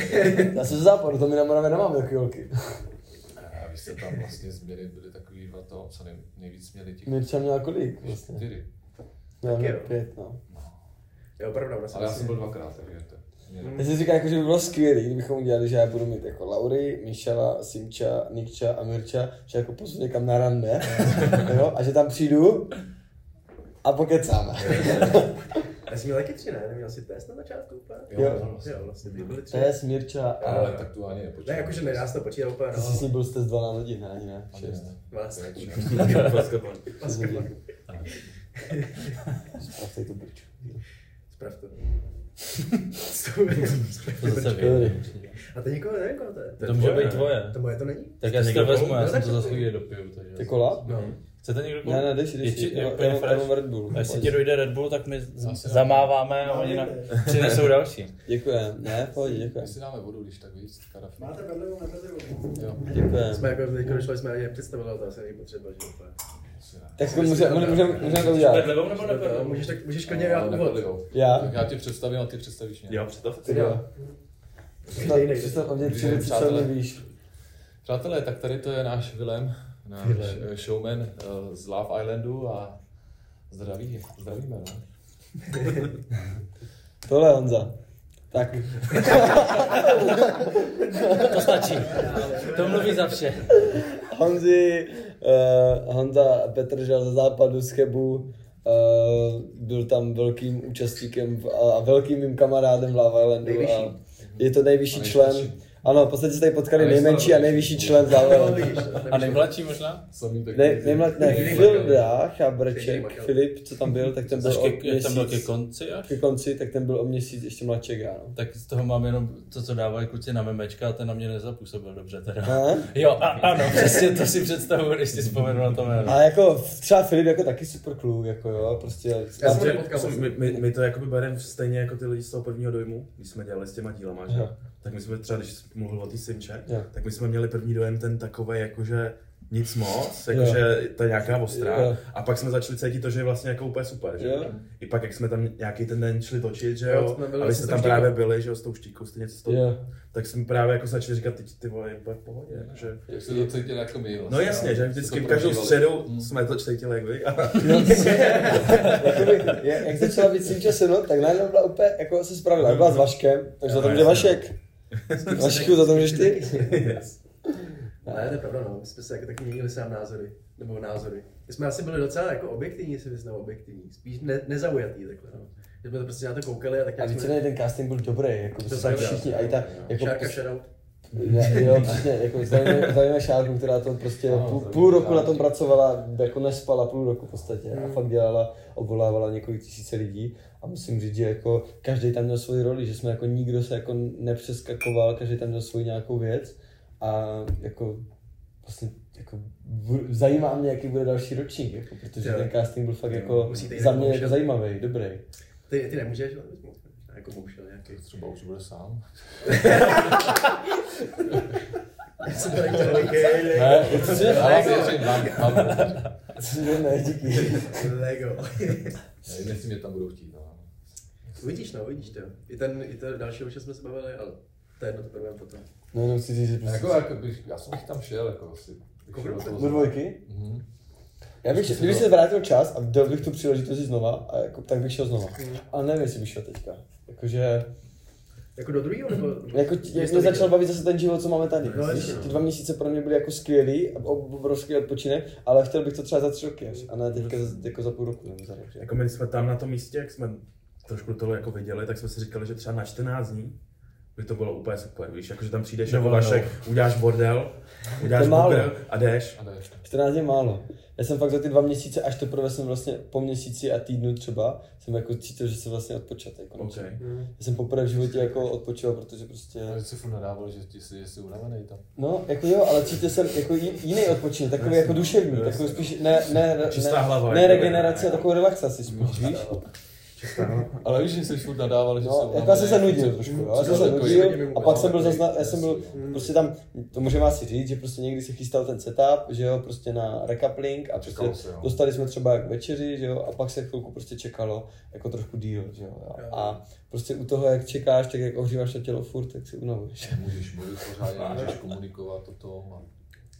[SPEAKER 5] ne,
[SPEAKER 3] Já jsem ze západu, to my na Moravě nemáme takový holky.
[SPEAKER 1] A vy jste tam vlastně změny byly takový dva to, co nej, nejvíc měli těch
[SPEAKER 3] Mě třeba měla kolik vlastně.
[SPEAKER 1] čtyři.
[SPEAKER 3] Já
[SPEAKER 2] Taky
[SPEAKER 3] měl
[SPEAKER 2] jo.
[SPEAKER 3] pět, no.
[SPEAKER 2] Jo, pravda, ona vlastně-
[SPEAKER 1] Ale já jsem
[SPEAKER 2] myslím-
[SPEAKER 1] byl dvakrát, takže to... mě-
[SPEAKER 3] Já si říkám, jako, že by bylo skvělé, kdybychom udělali, že já budu mít jako Laury, Mišela, Simča, Nikča a Mirča, že jako pozvu někam na rande, jo, a že tam přijdu a pokecáme.
[SPEAKER 2] Já jsem měl taky tři, ne? Neměl jsi test na začátku úplně?
[SPEAKER 3] Jo.
[SPEAKER 2] Jo, vlastně ty byly tři.
[SPEAKER 3] Tess, Mirča a...
[SPEAKER 1] no, Ale tak tu ani nepočítám.
[SPEAKER 2] Ne, jakože nedá se to počítat úplně,
[SPEAKER 3] Ty jsi
[SPEAKER 2] no.
[SPEAKER 3] s ním byl z test 12 hodin, ne? Ani ne?
[SPEAKER 1] Ani
[SPEAKER 3] Šest.
[SPEAKER 1] ne.
[SPEAKER 2] Vlastně.
[SPEAKER 5] basketbal.
[SPEAKER 3] Sprav tady tu brču.
[SPEAKER 2] Sprav to. Sprav
[SPEAKER 4] To
[SPEAKER 2] to.
[SPEAKER 4] zase
[SPEAKER 3] Dobrý.
[SPEAKER 4] vyjde.
[SPEAKER 2] A to nikoho nevím, koho to je.
[SPEAKER 4] To může být tvoje.
[SPEAKER 2] To moje to není?
[SPEAKER 4] Tak já si
[SPEAKER 5] někdo
[SPEAKER 4] to vezmu,
[SPEAKER 2] koupil?
[SPEAKER 4] já
[SPEAKER 2] No,
[SPEAKER 4] jsem
[SPEAKER 2] tak
[SPEAKER 4] to
[SPEAKER 2] to
[SPEAKER 4] za chvíli
[SPEAKER 2] je.
[SPEAKER 4] dopiju. takže-
[SPEAKER 3] Ty kola?
[SPEAKER 2] No.
[SPEAKER 4] Chcete někdo koupit?
[SPEAKER 3] Ne, ne, jdeš,
[SPEAKER 4] Je
[SPEAKER 3] jdeš.
[SPEAKER 4] či- je
[SPEAKER 3] Já-
[SPEAKER 4] úplně
[SPEAKER 3] Já mám- já
[SPEAKER 4] fresh.
[SPEAKER 3] mám Red Bull.
[SPEAKER 4] A jestli ti dojde Red Bull, tak my z-
[SPEAKER 1] Asi ne.
[SPEAKER 4] zamáváme a oni nám přinesou další.
[SPEAKER 3] Děkujem. Ne, v pohodě, děkujem.
[SPEAKER 1] My si dáme vodu, když tak víc, karafí.
[SPEAKER 6] Máte bedlivou, nebedlivou.
[SPEAKER 1] Jo,
[SPEAKER 3] Děkujem.
[SPEAKER 2] Jsme jako teď došli, jsme ani nepředstavili, ale to asi není potřeba, že úplně.
[SPEAKER 1] asi ne.
[SPEAKER 3] Tak to můžeme může, může, může to udělat.
[SPEAKER 4] Vedlevou nebo
[SPEAKER 2] To Můžeš, tak, můžeš klidně dělat
[SPEAKER 1] Ale
[SPEAKER 2] úvod.
[SPEAKER 1] nepodlijou.
[SPEAKER 3] Já?
[SPEAKER 1] Tak já tě představím a ty představíš mě.
[SPEAKER 5] Já představ
[SPEAKER 3] Ty jo.
[SPEAKER 2] Kde jiný?
[SPEAKER 3] Přestat o mě
[SPEAKER 1] Když
[SPEAKER 3] tři
[SPEAKER 1] je
[SPEAKER 3] věci, co
[SPEAKER 1] přátelé.
[SPEAKER 3] nevíš.
[SPEAKER 1] Přátelé, tak tady to je náš Vilem, náš
[SPEAKER 4] Vilém.
[SPEAKER 1] eh, showman eh, z Love Islandu a zdraví, zdravíme, no.
[SPEAKER 3] Tohle je Honza. Tak,
[SPEAKER 4] To stačí. To mluví za vše.
[SPEAKER 3] Honzi, uh, Honza Petržel ze západu z Chebu, uh, byl tam velkým účastníkem v, a, a velkým mým kamarádem v Lava Islandu. A
[SPEAKER 2] Nejvyšší.
[SPEAKER 3] je to nejvyšší
[SPEAKER 1] A
[SPEAKER 3] člen.
[SPEAKER 1] nejstarší.
[SPEAKER 3] Ano, v podstatě se tady potkali
[SPEAKER 1] A nejstarší.
[SPEAKER 3] nejmenší a nejvyšší člen z Lava
[SPEAKER 2] No,
[SPEAKER 3] Islandu.
[SPEAKER 2] vidíš, to
[SPEAKER 4] A nejmladší možná?
[SPEAKER 1] Samý taky.
[SPEAKER 3] Ne, nejmlad, ne,
[SPEAKER 2] Filip
[SPEAKER 3] Filda,
[SPEAKER 2] Filip
[SPEAKER 3] Chabrček,
[SPEAKER 2] Makal.
[SPEAKER 3] Filip, co tam byl, tak ten byl
[SPEAKER 4] Až
[SPEAKER 3] o
[SPEAKER 4] ke, jak tam byl ke
[SPEAKER 3] měsíc,
[SPEAKER 4] konci až?
[SPEAKER 3] ke konci, tak ten byl o měsíc ještě mladšek, já, no.
[SPEAKER 4] Tak z toho mám jenom to, co dávají kluci na memečka a ten na mě nezapůsobil dobře teda.
[SPEAKER 3] Ne?
[SPEAKER 4] Jo, a, ano, přesně to si představuju, když si vzpomenu na to jméno.
[SPEAKER 3] A jako třeba Filip jako taky super kluk, jako jo, prostě.
[SPEAKER 2] Já jsem
[SPEAKER 5] Že-
[SPEAKER 2] nepotkal
[SPEAKER 5] jsou-
[SPEAKER 2] jsem.
[SPEAKER 5] my, my, my, to jakoby bereme stejně jako ty lidi z toho prvního dojmu, když jsme dělali s těma dílama, že?
[SPEAKER 3] Jo.
[SPEAKER 5] Tak my jsme třeba, když jsi mluvil o té Simče,
[SPEAKER 3] Jo.
[SPEAKER 5] tak my jsme měli první dojem ten takový, jakože nic moc, jakože to je nějaká ostrá.
[SPEAKER 3] Jo.
[SPEAKER 5] A pak jsme začali cítit to, že je vlastně jako úplně super, že?
[SPEAKER 3] Jo.
[SPEAKER 5] I pak, jak jsme tam nějaký ten den šli točit, že
[SPEAKER 2] Jo,
[SPEAKER 5] jo,
[SPEAKER 2] jsme byli
[SPEAKER 5] a vy
[SPEAKER 2] vlastně
[SPEAKER 5] jste
[SPEAKER 2] s
[SPEAKER 5] tam
[SPEAKER 2] tou
[SPEAKER 5] právě byli, že jo, s tou štíkou, jste něco s tou,
[SPEAKER 3] Jo.
[SPEAKER 5] tak jsme právě jako začali říkat, ty, ty vole, je úplně v pohodě, jakože.
[SPEAKER 1] Jak se to cítil jako my vlastně.
[SPEAKER 5] No jasně, že vždycky každou středu jsme to čtejtili jak vy. A...
[SPEAKER 3] No, Jakoby, jak jak začala být s tím časem, no, tak najednou byla úplně, jako se spravila, Jak byla s Vaškem, takže za to může Vašek. Vašku, za to můžeš ty.
[SPEAKER 5] Yes.
[SPEAKER 2] Ne, to je pravda, no. My jsme se jako taky měnili sám názory. Nebo názory. My jsme asi byli docela jako objektivní, jestli bys nebo objektivní. Spíš ne, nezaujatý takhle, no. Že jsme to prostě na to koukali a tak
[SPEAKER 3] A
[SPEAKER 2] nějak
[SPEAKER 3] víceméně ten casting byl dobrý, jako to
[SPEAKER 2] To
[SPEAKER 3] jsme
[SPEAKER 2] pravda.
[SPEAKER 3] všichni, a i ta, jako,
[SPEAKER 2] Šárka shoutout.
[SPEAKER 3] ne, jo, přesně, jako zdravíme, zdravíme Šárku, která to prostě půl, půl roku na tom pracovala, jako nespala půl roku v podstatě
[SPEAKER 2] Hmm.
[SPEAKER 3] a fakt dělala, obolávala několik tisíce lidí a musím říct, že jako každý tam měl svoji roli, že jsme jako nikdo se jako nepřeskakoval, každý tam měl svoji nějakou věc a jako vlastně jako bu- zajímá mě, jaký bude další ročník, jako, protože
[SPEAKER 2] Jo.
[SPEAKER 3] ten casting byl fakt jako
[SPEAKER 2] Musíte jít
[SPEAKER 3] za
[SPEAKER 2] jako
[SPEAKER 3] mě jako
[SPEAKER 2] bohužel.
[SPEAKER 3] zajímavý, dobrý.
[SPEAKER 2] Ty, ty nemůžeš, ale bys mohl. Jako bohužel nějaký.
[SPEAKER 1] Třeba už bude sám.
[SPEAKER 2] Já jsem to nechtěl
[SPEAKER 3] Ne, určitě,
[SPEAKER 1] Ale
[SPEAKER 3] ale
[SPEAKER 1] věřím vám, vám.
[SPEAKER 3] ne, díky.
[SPEAKER 2] Lego.
[SPEAKER 1] Nevím, jestli mě tam budou chtít. No.
[SPEAKER 2] Uvidíš, no, uvidíš to. I ten, i ten další už jsme se bavili, ale to je jedno, to prvém potom.
[SPEAKER 3] No jenom chci říct, že
[SPEAKER 1] Jako,
[SPEAKER 3] prostě...
[SPEAKER 1] jako bych, já jsem bych tam šel, jako asi. Bych šel do toho
[SPEAKER 3] Do dvojky?
[SPEAKER 1] Mhm.
[SPEAKER 3] Já bych, šel- kdybych se vrátil čas a dal bych tu příležitost jít znova, a jako, tak bych šel znova.
[SPEAKER 2] Hmm.
[SPEAKER 3] Ale nevím, jestli bych šel teďka. Jakože,
[SPEAKER 2] Jako do druhého, nebo?
[SPEAKER 3] jako tě,
[SPEAKER 2] Jsi
[SPEAKER 3] jak
[SPEAKER 2] to
[SPEAKER 3] mě
[SPEAKER 2] viděl?
[SPEAKER 3] začal bavit zase ten život, co máme tady.
[SPEAKER 2] No,
[SPEAKER 3] Víš,
[SPEAKER 2] jasně, no.
[SPEAKER 3] ty dva měsíce pro mě byly jako skvělý, ob- obrovský odpočinek, ale chtěl bych to třeba za tři roky až, a ne teďka za, jako za půl roku nebo za rok. že?
[SPEAKER 5] Jako my jsme tam na tom místě, jak jsme trošku tohle jako viděli, tak jsme si říkali, že třeba na 14 dní by to bylo úplně super, víš, jakože tam přijdeš jako
[SPEAKER 4] Dovolenou.
[SPEAKER 5] Vašek, uděláš bordel, uděláš
[SPEAKER 3] To je málo.
[SPEAKER 5] bordel a jdeš.
[SPEAKER 1] A ne,
[SPEAKER 3] 14 je málo. Já jsem fakt za ty dva měsíce, až teprve jsem vlastně po měsíci a týdnu třeba, jsem jako cítil, že jsem vlastně odpočatý.
[SPEAKER 5] OK.
[SPEAKER 3] konečně. Já jsem poprvé v životě jako odpočil, protože prostě...
[SPEAKER 1] ale si furt nadával, že ty jsi, že jsi unavený tam.
[SPEAKER 3] No, jako jo, ale cítil jsem jako ji- jiný odpočinek, takový jako duševní, takový spíš ne, ne, ne,
[SPEAKER 5] Čistá hlava,
[SPEAKER 3] ne
[SPEAKER 5] jako.
[SPEAKER 3] regeneraci, ale takovou relaxaci spíš, víš?
[SPEAKER 1] Ale víš, že jsi furt nadával, že jsi
[SPEAKER 3] No,
[SPEAKER 1] unavený.
[SPEAKER 3] jako já jsem se nudil trošku, jo, já jsem se
[SPEAKER 1] Takový-
[SPEAKER 3] nudil a pak jsem byl
[SPEAKER 2] takový-
[SPEAKER 3] zazna, já jsem byl prostě tam, to můžeme asi říct, že prostě někdy se chystal ten setup, že jo, prostě na recapling a prostě
[SPEAKER 1] Čekalo se, jo.
[SPEAKER 3] dostali jsme třeba k večeři, že jo, a pak se chvilku prostě čekalo jako trošku díl, že jo, jo. a prostě u toho, jak čekáš, tak jak ohříváš to tělo furt, tak se unavuješ.
[SPEAKER 1] Můžeš mluvit pořádně, můžeš komunikovat o tom. A...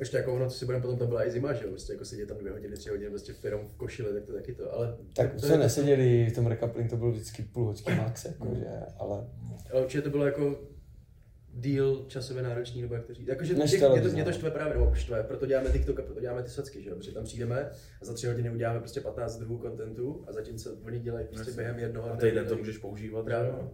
[SPEAKER 2] Ještě jako ono, co si budeme potom, tam byla i zima, že jo, prostě jako sedět tam dvě hodiny, tři hodiny, prostě firm v košile, tak to taky to, ale...
[SPEAKER 3] Tak
[SPEAKER 2] to,
[SPEAKER 3] jsme neseděli v tom recapling, to bylo vždycky půl hoďky max, jako, že, ale
[SPEAKER 2] Ale určitě to bylo jako díl časově náročný, nebo jak to říct. Jakože
[SPEAKER 3] Než
[SPEAKER 2] mě, mě, to,
[SPEAKER 3] televize,
[SPEAKER 2] mě to
[SPEAKER 3] no.
[SPEAKER 2] štve právě, nebo štve, proto děláme TikTok a proto děláme ty socky, že jo? Protože tam přijdeme a za tři hodiny uděláme prostě 15 druhů kontentu a zatímco oni dělají prostě během jednoho
[SPEAKER 5] A
[SPEAKER 2] dne
[SPEAKER 5] týden to
[SPEAKER 2] dělají-
[SPEAKER 5] můžeš používat.
[SPEAKER 2] Právě,
[SPEAKER 5] že jo?
[SPEAKER 2] no.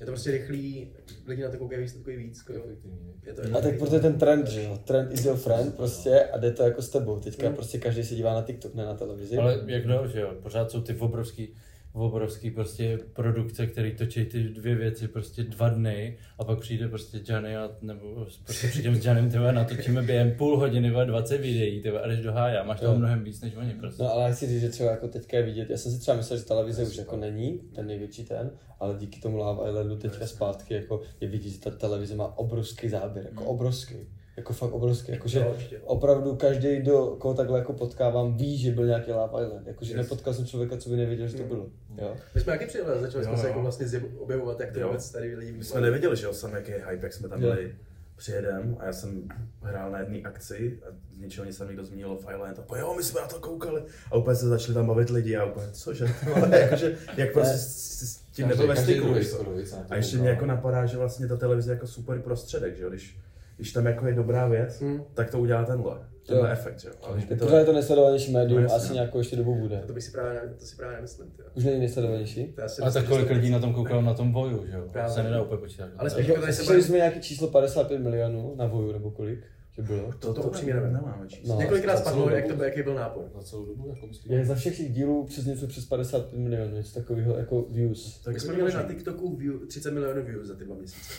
[SPEAKER 2] Je to prostě rychlý, lidi na to koukají výsledkový víc. skoro.
[SPEAKER 1] Efektivní.
[SPEAKER 2] Je to
[SPEAKER 3] A tak proto je ten trend, že jo? Trend is your friend prostě a jde to jako s tebou.
[SPEAKER 2] Hmm.
[SPEAKER 3] Teďka prostě každý se dívá na TikTok, ne na televizi.
[SPEAKER 4] Ale jak no, že jo, pořád jsou ty obrovský, obrovský prostě produkce, které točí ty dvě věci prostě dva dny a pak přijde prostě Johnny a, nebo prostě přijdem s Johnnym, tyhle, natočíme během půl hodiny vole, 20 videí, tyhle, a jdeš do hája, máš
[SPEAKER 3] Jo.
[SPEAKER 4] tam mnohem víc než oni prostě.
[SPEAKER 3] No ale já chci říct, že třeba jako teďka je vidět, já jsem si třeba myslel, že televize už jako není, ten největší ten, ale díky tomu Love Islandu teďka zpátky jako je vidět, že ta televize má obrovský záběr, jako obrovský. Jako fakt obrovský, jakože
[SPEAKER 2] Hmm. Jo, určitě.
[SPEAKER 3] opravdu každý, do koho takhle jako potkávám, ví, že byl nějaký Love Island. Jakože nepotkal jsem člověka, co by nevěděl, že to
[SPEAKER 2] Hmm.
[SPEAKER 3] bylo. Jo?
[SPEAKER 2] My jsme taky přijeli, a začali
[SPEAKER 5] Jo,
[SPEAKER 2] jsme se
[SPEAKER 5] jo.
[SPEAKER 2] jako vlastně zjeb- objevovat, jak to
[SPEAKER 5] Jo.
[SPEAKER 2] vůbec tady lidi
[SPEAKER 5] My
[SPEAKER 2] vnímají.
[SPEAKER 5] jsme nevěděli, že jo, sam, jaký je hype, jak jsme tam
[SPEAKER 3] Jo.
[SPEAKER 5] byli. Přijedem a já jsem hrál na jedné akci a z ničeho nic tam někdo zmínil Love Island a po jo, my jsme na to koukali a úplně se začali tam bavit lidi a úplně, cože, No, ale jakože, jak prostě s, s tím nebyl ve
[SPEAKER 1] Každý-
[SPEAKER 5] styku,
[SPEAKER 1] každý
[SPEAKER 5] víš co?
[SPEAKER 1] druhý se na to
[SPEAKER 5] A ještě mě
[SPEAKER 1] koukal.
[SPEAKER 5] jako napadá, že vlastně ta televize je jako super prostředek, že jo, když, když tam jako je dobrá věc,
[SPEAKER 2] Hmm.
[SPEAKER 5] tak to udělá tenhle, tenhle efekt, že jo. A když by
[SPEAKER 3] Tak
[SPEAKER 5] to,
[SPEAKER 3] pořád je to nesledovanější médium,
[SPEAKER 5] No, jasně.
[SPEAKER 3] asi nějakou ještě dobu bude.
[SPEAKER 2] To bych si právě, to si právě nemyslím. Tyjo.
[SPEAKER 3] Už není nejsledovanější?
[SPEAKER 2] To já si
[SPEAKER 4] No, A
[SPEAKER 2] myslím,
[SPEAKER 4] tak
[SPEAKER 2] že
[SPEAKER 4] kolik
[SPEAKER 2] to-
[SPEAKER 4] lidí na tom koukalo na tom boju, že jo?
[SPEAKER 2] Právě.
[SPEAKER 4] To se nedá úplně počítat.
[SPEAKER 2] Ale spíš-
[SPEAKER 3] Jako,
[SPEAKER 2] Tady se
[SPEAKER 3] slyšeli
[SPEAKER 2] bavíme-
[SPEAKER 3] jsme nějaké číslo 55 milionů na voju nebo kolik, že bylo.
[SPEAKER 5] to, to,
[SPEAKER 2] to
[SPEAKER 5] upřímně
[SPEAKER 2] upřímně
[SPEAKER 5] nevím,
[SPEAKER 2] nevím.
[SPEAKER 5] nemáme číst.
[SPEAKER 3] No.
[SPEAKER 2] Několikrát
[SPEAKER 1] Za celou
[SPEAKER 2] spadlo, jak
[SPEAKER 1] dobu.
[SPEAKER 2] to byl, jaký byl nápor.
[SPEAKER 1] Za celou dobu, jako myslím.
[SPEAKER 3] Je za všech těch dílů přes něco přes 55 milionů, něco takového jako views.
[SPEAKER 5] Tak
[SPEAKER 2] My jsme měli na TikToku view, 30 milionů views za ty dva měsíce.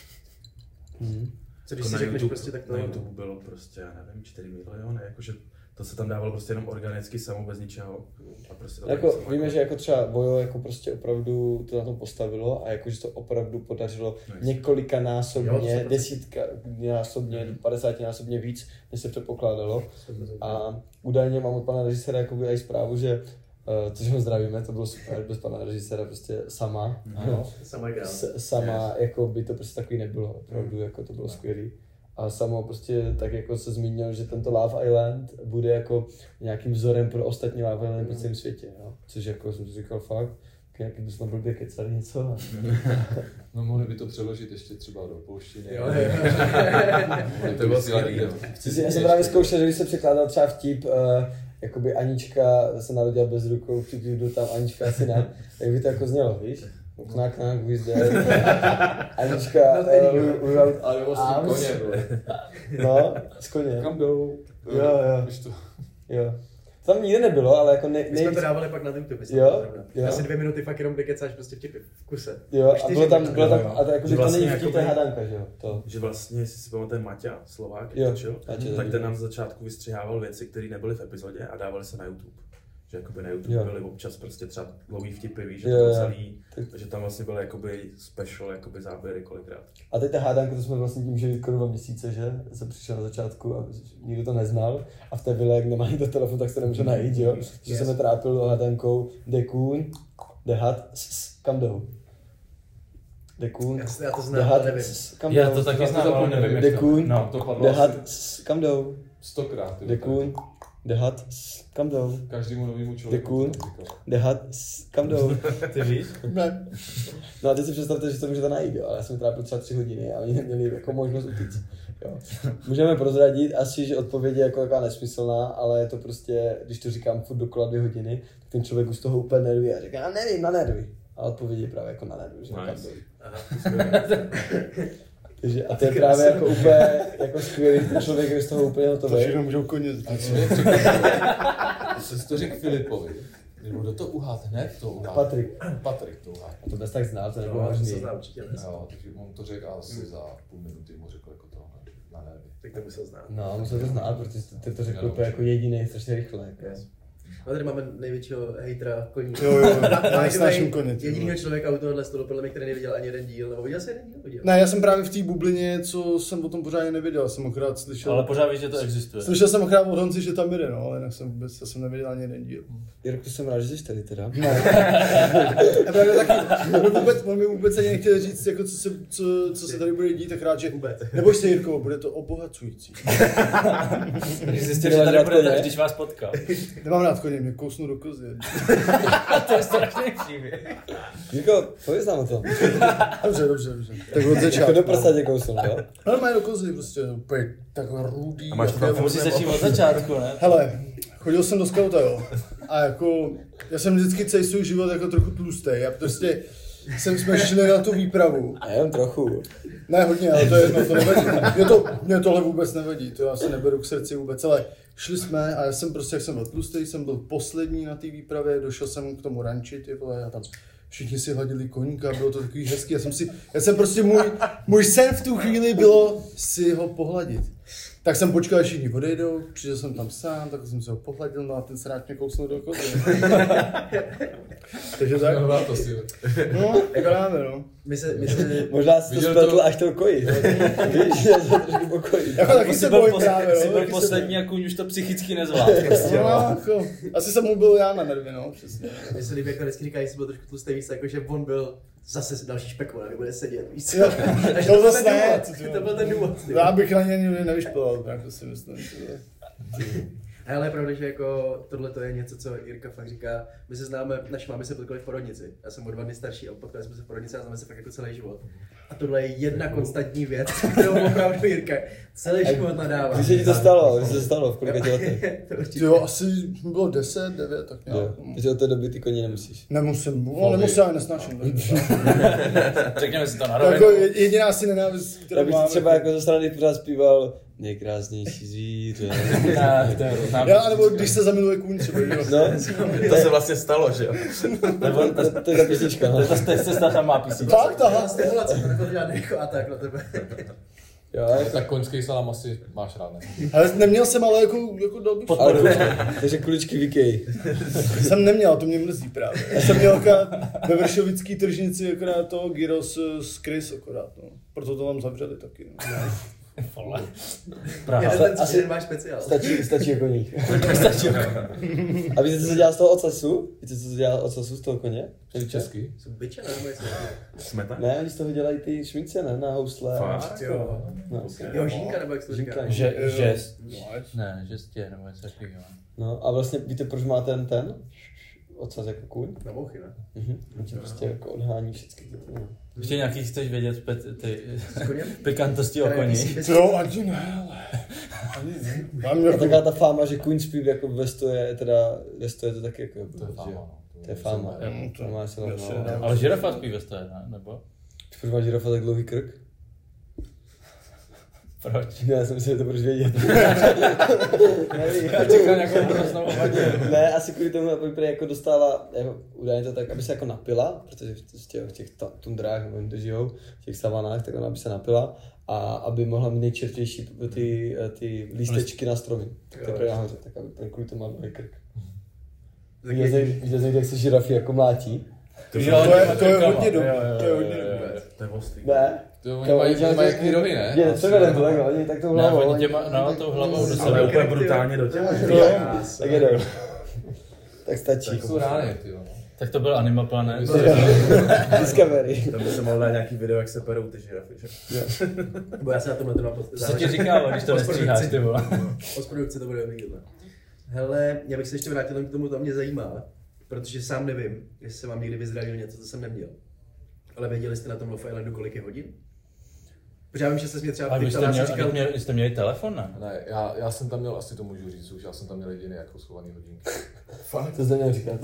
[SPEAKER 3] Mhm.
[SPEAKER 2] Co když
[SPEAKER 5] Jako
[SPEAKER 2] si
[SPEAKER 5] na
[SPEAKER 2] řekneš
[SPEAKER 5] YouTube,
[SPEAKER 2] prostě tak to...
[SPEAKER 5] na YouTube bylo prostě, já nevím, 4 miliony, jakože To se tam dávalo prostě jenom organicky, samo bez ničeho. A prostě to bylo
[SPEAKER 3] Jako,
[SPEAKER 5] něco
[SPEAKER 3] víme,
[SPEAKER 5] jako-
[SPEAKER 3] že jako třeba Vojo jako prostě opravdu to na tom postavilo a jako, že to opravdu podařilo
[SPEAKER 5] Nice.
[SPEAKER 3] několika
[SPEAKER 5] No Jo,
[SPEAKER 3] násobně,
[SPEAKER 5] super.
[SPEAKER 3] desítka násobně,
[SPEAKER 5] Mhm.
[SPEAKER 3] 50 násobně víc, než se předpokládalo. A údajně mám od pana režiséra jakoby i zprávu, že eh, což ho zdravíme, to bylo super, bez pana režiséra prostě sama.
[SPEAKER 5] Mhm.
[SPEAKER 3] No.
[SPEAKER 2] Samé grál.
[SPEAKER 3] S, sama, jako by to prostě takový nebylo, opravdu, jako to bylo skvělý. A samo prostě tak jako se zmínil, že tento Love Island bude jako nějakým vzorem pro ostatní Love Island po celém světě, jo. Což jako jsem si říkal fakt, tak nějaký bychom blbě kecali něco. A...
[SPEAKER 1] No mohli by to přeložit ještě třeba do polštiny.
[SPEAKER 2] Jo,
[SPEAKER 1] Mohli
[SPEAKER 2] jo.
[SPEAKER 1] by
[SPEAKER 5] To bylo
[SPEAKER 1] vysílat
[SPEAKER 5] skvělý,
[SPEAKER 1] někde v
[SPEAKER 3] Chci
[SPEAKER 1] cizině
[SPEAKER 3] si, já jsem právě
[SPEAKER 1] ještě.
[SPEAKER 3] zkoušel, že když se překládal třeba vtip, uh, jakoby Anička se narodila bez rukou, připídu tam Anička asi ne, tak by to jako znělo, víš? Knak, knak, who's there? Anička,
[SPEAKER 2] No to je
[SPEAKER 3] eh,
[SPEAKER 2] díl.
[SPEAKER 3] who- who out-
[SPEAKER 1] Ale vlastně
[SPEAKER 3] Arms.
[SPEAKER 1] koně, bro.
[SPEAKER 3] no, s koněm.
[SPEAKER 1] Kam jdou?
[SPEAKER 3] Jo, jo.
[SPEAKER 1] Víš to?
[SPEAKER 3] Jo. To tam nikdy nebylo, ale jako ne,
[SPEAKER 2] My jsme to
[SPEAKER 3] nejvíc,
[SPEAKER 2] dávali pak na YouTube, myslím,
[SPEAKER 3] Jo,
[SPEAKER 2] zrovna.
[SPEAKER 3] jo.
[SPEAKER 2] Asi dvě minuty fakt jenom vykecáš prostě v tipy v kuse.
[SPEAKER 3] jo, a
[SPEAKER 2] čtyři
[SPEAKER 3] bylo tam,
[SPEAKER 2] minuty.
[SPEAKER 3] bylo
[SPEAKER 5] Jo,
[SPEAKER 3] tam,
[SPEAKER 5] jo.
[SPEAKER 3] a to jako
[SPEAKER 5] Že
[SPEAKER 3] by to
[SPEAKER 5] vlastně
[SPEAKER 3] není vtip, to je
[SPEAKER 5] jakoby-
[SPEAKER 3] hádanka, že jo, to.
[SPEAKER 5] Že vlastně, jestli si pamatujete Maťa, Slovák,
[SPEAKER 3] Jo,
[SPEAKER 5] jak točil,
[SPEAKER 3] Maťa, to
[SPEAKER 5] tak
[SPEAKER 3] je
[SPEAKER 5] ten
[SPEAKER 3] dobrý.
[SPEAKER 5] nám z začátku vystřihával věci, které nebyly v epizodě a dávaly se na YouTube. Že jakoby na YouTube
[SPEAKER 3] Jo.
[SPEAKER 5] byly občas prostě třeba dlouhý vtipy, víš, že
[SPEAKER 3] Jo,
[SPEAKER 5] to bylo
[SPEAKER 3] jo.
[SPEAKER 5] celý,
[SPEAKER 3] Tak-
[SPEAKER 5] že tam vlastně byly jakoby special jakoby záběry kolikrát.
[SPEAKER 3] A teď ta hádanka, to jsme vlastně tím, že skoro dva měsíce, že se přišel na začátku a nikdo to neznal a v té vile, jak nemá nikdo telefon, tak se nemůže najít, jo. Že se mi trápil hádankou, jde kůň, jde had, s, s, kam jdou. Jde kůň,
[SPEAKER 2] Já, se- já to
[SPEAKER 3] jde
[SPEAKER 2] znám,
[SPEAKER 3] had,
[SPEAKER 2] ale nevím.
[SPEAKER 3] s, s, kam
[SPEAKER 4] Já
[SPEAKER 3] jdou.
[SPEAKER 4] to taky
[SPEAKER 1] Já jsem
[SPEAKER 4] znám, ale
[SPEAKER 1] zapomněl,
[SPEAKER 4] nevím,
[SPEAKER 1] jak
[SPEAKER 4] jak
[SPEAKER 3] Jde
[SPEAKER 4] to-
[SPEAKER 3] kůň,
[SPEAKER 1] No, to padlo
[SPEAKER 3] jde
[SPEAKER 1] asi
[SPEAKER 3] had, s, kam jdou.
[SPEAKER 1] stokrát. ty
[SPEAKER 3] Jde
[SPEAKER 1] vole,
[SPEAKER 3] kůň, jde had, s, kam jdou.
[SPEAKER 1] tak. Každému novému člověku.
[SPEAKER 3] Děkuju.
[SPEAKER 1] jsem to říkal.
[SPEAKER 3] Jde had, s, kam jdou.
[SPEAKER 4] Ty víš?
[SPEAKER 6] Ne.
[SPEAKER 3] No a teď si představte, že to můžete najít, jo. Ale já jsem trápil třeba tři hodiny a oni neměli jako možnost utíct. Jo. Můžeme prozradit asi, že odpověď je jako taková nesmyslná, ale je to prostě, když to říkám furt dokola dvě hodiny, tak ten člověk už z toho úplně nervuje a říká, já nevím, na nervy. A odpověď je právě jako na nervy, že
[SPEAKER 5] Nice.
[SPEAKER 3] kam dojít.
[SPEAKER 5] Aha,
[SPEAKER 3] Takže a to je právě jako úplně jako skvělý, ten člověk je z toho úplně
[SPEAKER 6] To
[SPEAKER 3] hotový.
[SPEAKER 6] všechno můžou koně
[SPEAKER 1] A
[SPEAKER 6] zdít.
[SPEAKER 1] co mě překvapilo, Jsi to řekl Filipovi. Nebo kdo to uhát hned, to uhát.
[SPEAKER 3] Patrik.
[SPEAKER 1] Patrik to uhát.
[SPEAKER 3] A to bez tak znal, to nebylo
[SPEAKER 2] No, to se
[SPEAKER 3] možný.
[SPEAKER 2] zná určitě. ne?
[SPEAKER 1] Jo, takže on to řekl asi za půl minuty mu řekl jako to na nervy.
[SPEAKER 2] Tak to musel znát.
[SPEAKER 3] No, musel to znát, protože ty- ty to řekl úplně jako jediný, strašně rychle. Jako.
[SPEAKER 2] A tady máme největšího hejtra koní.
[SPEAKER 6] Jo, jo, jo.
[SPEAKER 2] By the
[SPEAKER 6] Já
[SPEAKER 2] way,
[SPEAKER 6] nesnáším koně. ty vole.
[SPEAKER 2] Jedinýho člověka u tohohle stolu, podle mě, který neviděl ani jeden díl, nebo viděl jsi jeden díl? Viděl.
[SPEAKER 6] Ne, já jsem právě v té bublině, co jsem o tom pořádně nevěděl, jsem akorát slyšel.
[SPEAKER 4] Ale pořád víš, že to existuje.
[SPEAKER 6] Slyšel jsem akorát od Honzi, že tam jde, no, ale jinak jsem vůbec, já jsem nevěděl ani jeden díl.
[SPEAKER 3] Jirku, jsem rád, že jsi tady teda.
[SPEAKER 6] Já právě taky, on vůbec, on mi vůbec ani nechtěl říct, jako co se, co, co se tady bude dít, tak rád, že vůbec. Neboj se, Jirko, bude to obohacující.
[SPEAKER 4] Když zjistil,
[SPEAKER 3] Ty
[SPEAKER 4] že
[SPEAKER 3] máš
[SPEAKER 4] tady
[SPEAKER 3] rád
[SPEAKER 4] budete,
[SPEAKER 3] koně?
[SPEAKER 4] až když vás potká.
[SPEAKER 6] Nemám rád koně, mě kousnu do kozy.
[SPEAKER 4] to je strašný příběh.
[SPEAKER 3] Jirko, pověz nám o tom.
[SPEAKER 6] Dobře, dobře, dobře. Tak od
[SPEAKER 3] Jako do
[SPEAKER 6] začátku.
[SPEAKER 3] prsa tě kousl, jo?
[SPEAKER 6] Normálně do kozy, prostě úplně takhle rudý.
[SPEAKER 5] A máš to tam
[SPEAKER 6] takhle
[SPEAKER 4] Musíš
[SPEAKER 6] vodné
[SPEAKER 4] začít
[SPEAKER 6] vlasy.
[SPEAKER 4] od začátku, ne?
[SPEAKER 6] Hele, chodil jsem do skauta, jo. A jako, já jsem vždycky celý svůj život jako trochu tlustý. Já prostě jsem jsme šli na tu výpravu.
[SPEAKER 3] A jenom trochu.
[SPEAKER 6] Ne, hodně, ale to je jedno, to nevadí. Mě, to, mě tohle vůbec nevadí, to já se neberu k srdci vůbec, ale šli jsme a já jsem prostě, jak jsem byl tlustý, jsem byl poslední na té výpravě, došel jsem k tomu ranči, ty vole, a tam všichni si hladili koníka, bylo to takový hezký, já jsem si, já jsem prostě, můj, můj sen v tu chvíli bylo si ho pohladit. Tak jsem počkal, až všichni odejdou, přišel jsem tam sám, tak jsem se ho pohladil, no a ten sráč mě kousnul do kozy. no. Takže tak,
[SPEAKER 1] No, dá to si.
[SPEAKER 6] no, jako dáme, no.
[SPEAKER 2] My se, my se,
[SPEAKER 3] Možná jsi to
[SPEAKER 1] Viděl
[SPEAKER 3] spletl
[SPEAKER 1] to-
[SPEAKER 3] až to koji. Víš, já jsem trošku pokojí.
[SPEAKER 6] Jako taky se bojím právě, no.
[SPEAKER 4] jsi byl
[SPEAKER 6] taky se bojím.
[SPEAKER 4] poslední a kůň už to psychicky nezvládl.
[SPEAKER 6] No, jako, asi jsem mu byl já na nervy, no, přesně.
[SPEAKER 2] Mně se líbí, jak to vždycky říká, jestli byl trošku tlustý víc, jakože on byl zase další špekul, nebo bude sedět víc.
[SPEAKER 6] Jo.
[SPEAKER 2] Takže
[SPEAKER 6] To
[SPEAKER 2] byl
[SPEAKER 6] zase
[SPEAKER 2] ten
[SPEAKER 6] ne,
[SPEAKER 2] důvod,
[SPEAKER 6] co ty
[SPEAKER 2] To byl ten důvod. ty.
[SPEAKER 6] Já bych na ně ani nevyšpilal, tak to si myslím. že to je.
[SPEAKER 2] Ale je pravda, že jako tohle to je něco, co Jirka fakt říká. My se známe, naše mámy se potkali v porodnici. Já jsem o dva dny starší a potkali jsme se v porodnici a známe se fakt jako celý život. A tohle je
[SPEAKER 3] Mhm.
[SPEAKER 2] jedna konstantní věc, kterou opravdu Jirka celý život nadává.
[SPEAKER 3] Když se ti to stalo, když se to stalo, v kolika tě letech?
[SPEAKER 2] to určitě.
[SPEAKER 6] Jo, asi mi bylo 10, 9, tak
[SPEAKER 5] No.
[SPEAKER 6] nějak.
[SPEAKER 3] Jo. Takže od té doby ty koně nemusíš.
[SPEAKER 6] Nemusím, no, nemusím, já nesnáším.
[SPEAKER 4] Řekněme si to na
[SPEAKER 6] Jako
[SPEAKER 4] rovinu.
[SPEAKER 6] je- jediná asi nenávist,
[SPEAKER 3] Já
[SPEAKER 6] kterou
[SPEAKER 3] bych ti
[SPEAKER 6] mám.
[SPEAKER 3] třeba jako ze strany pořád zpíval nejkrásnější zvíře.
[SPEAKER 4] Ne, to je hrozná
[SPEAKER 6] Já, nebo když se zamiluje kůň třeba, jo.
[SPEAKER 3] jako- No,
[SPEAKER 5] To se vlastně stalo, že jo?
[SPEAKER 3] to- to- to je ta písnička,
[SPEAKER 4] To je
[SPEAKER 3] no.
[SPEAKER 4] ta cesta, tam má písničku.
[SPEAKER 6] Fakt, aha.
[SPEAKER 2] Stimulace, to nebyl žádný jako atak na tebe.
[SPEAKER 3] Jo,
[SPEAKER 1] Ale
[SPEAKER 3] jako,
[SPEAKER 1] tak koňský salám asi máš rád, ne?
[SPEAKER 6] Ale neměl jsem ale jako, jako dal bych
[SPEAKER 3] ale kuličky, takže kuličky vykej.
[SPEAKER 6] Jsem neměl, to mě mrzí právě. Já jsem měl akorát ve Vršovický tržnici akorát to gyros eh, s Chris akorát, no. Proto to tam zavřeli taky. No.
[SPEAKER 2] Jeden
[SPEAKER 3] Sta-
[SPEAKER 2] ten
[SPEAKER 3] asi-
[SPEAKER 2] asi máš speciál.
[SPEAKER 3] Stačí, stačí jako ní. stačí jako A víte, co se dělá z toho ocasu? Víte, co se dělá ocasu z toho koně?
[SPEAKER 1] Český.
[SPEAKER 2] Jsou byče nebo něco?
[SPEAKER 5] Smetana?
[SPEAKER 3] Ne, oni z toho dělají ty šmince, ne? Na housle.
[SPEAKER 5] Fakt,
[SPEAKER 2] Jo.
[SPEAKER 3] No,
[SPEAKER 2] Jo, žínka nebo jak se to říká.
[SPEAKER 3] Žínka.
[SPEAKER 4] Že,
[SPEAKER 6] Jo.
[SPEAKER 4] žest.
[SPEAKER 6] No, je-
[SPEAKER 4] Ne, žestě, nebo něco takového.
[SPEAKER 3] no a vlastně víte, proč má ten ten? Ocas jako kůň?
[SPEAKER 2] Na mouchy, ne?
[SPEAKER 3] Mhm. On tě prostě jako odhání všechny ty no. ty.
[SPEAKER 4] Ještě nějaký chceš vědět pe- ty
[SPEAKER 2] S koněm?
[SPEAKER 4] pikantosti o koni?
[SPEAKER 6] Jo, ani ne, ale. Ani ne. Mám
[SPEAKER 3] A
[SPEAKER 6] jako...
[SPEAKER 3] taková ta fáma, že Queen Speed jako ve stoje, teda ve stoje to taky jako
[SPEAKER 1] To je fáma. no.
[SPEAKER 3] To je fáma.
[SPEAKER 1] super.
[SPEAKER 6] Mm,
[SPEAKER 3] To má se
[SPEAKER 6] jasně,
[SPEAKER 3] normálně.
[SPEAKER 6] no.
[SPEAKER 4] Ale žirafa spí ve stoje, ne? Nebo?
[SPEAKER 3] Proč má žirafa tak dlouhý krk?
[SPEAKER 4] Proč?
[SPEAKER 3] Já jsem si to proč vědět. Nevím.
[SPEAKER 4] Já čekám nějakou
[SPEAKER 6] jako
[SPEAKER 4] hroznou ovadě.
[SPEAKER 3] ne, asi kvůli tomu aby prý jako dostává, jako, údajně to tak, aby se jako napila, protože v těch, v těch ta- tundrách, nebo kde žijou, v těch savanách, tak ona aby se napila a aby mohla mít nejčertější ty, ty lístečky na stromy. Tak to je prý nahoře, tak aby prý kvůli tomu má dlouhý krk. Viděl jsi- Viděl jsi, někdy, jak se žirafy jako mlátí?
[SPEAKER 5] To
[SPEAKER 6] To je, to je
[SPEAKER 4] Žilka.
[SPEAKER 6] hodně dobrý,
[SPEAKER 5] jo,
[SPEAKER 6] to je hodně dobrý.
[SPEAKER 5] To je ostrý.
[SPEAKER 3] Ne,
[SPEAKER 1] To oni
[SPEAKER 3] To
[SPEAKER 1] mají,
[SPEAKER 3] oni
[SPEAKER 1] oni mají
[SPEAKER 3] mají-
[SPEAKER 1] jaký rohy, ne?
[SPEAKER 3] ne, co vedem to takhle, oni tak tou
[SPEAKER 4] Ne,
[SPEAKER 3] hlavou.
[SPEAKER 4] oni těma, no, tou hlavou do
[SPEAKER 5] Ale
[SPEAKER 4] sebe.
[SPEAKER 5] úplně brutálně do těla.
[SPEAKER 3] Tak jedou. Tak stačí.
[SPEAKER 1] Tak jsou rány, ty jo.
[SPEAKER 4] Tak to byl Animal Planet.
[SPEAKER 3] Discovery.
[SPEAKER 5] Tam by se mohl dát nějaký video, jak se perou ty žirafy, že?
[SPEAKER 2] Nebo já se na tomhle to mám
[SPEAKER 4] Co ti říkám, když to nestříháš, ty vole?
[SPEAKER 2] Postprodukce to bude dobrý, tohle. Hele, já bych se ještě vrátil k tomu, to mě zajímá, protože sám nevím, jestli jsem vám někdy vyzradil něco, co jsem neměl. Ale věděli jste na tom Love Islandu, kolik je hodin? Protože já vím, že jste mě třeba
[SPEAKER 4] Ale vy
[SPEAKER 2] ptal,
[SPEAKER 4] jste,
[SPEAKER 2] já jsem
[SPEAKER 4] měl,
[SPEAKER 2] říkal,
[SPEAKER 4] měl, jste měli telefon, ne?
[SPEAKER 1] Ne, já, já jsem tam měl, asi to můžu říct už, já jsem tam měl jediný jako schovaný hodinky.
[SPEAKER 3] To jsem měl říkat.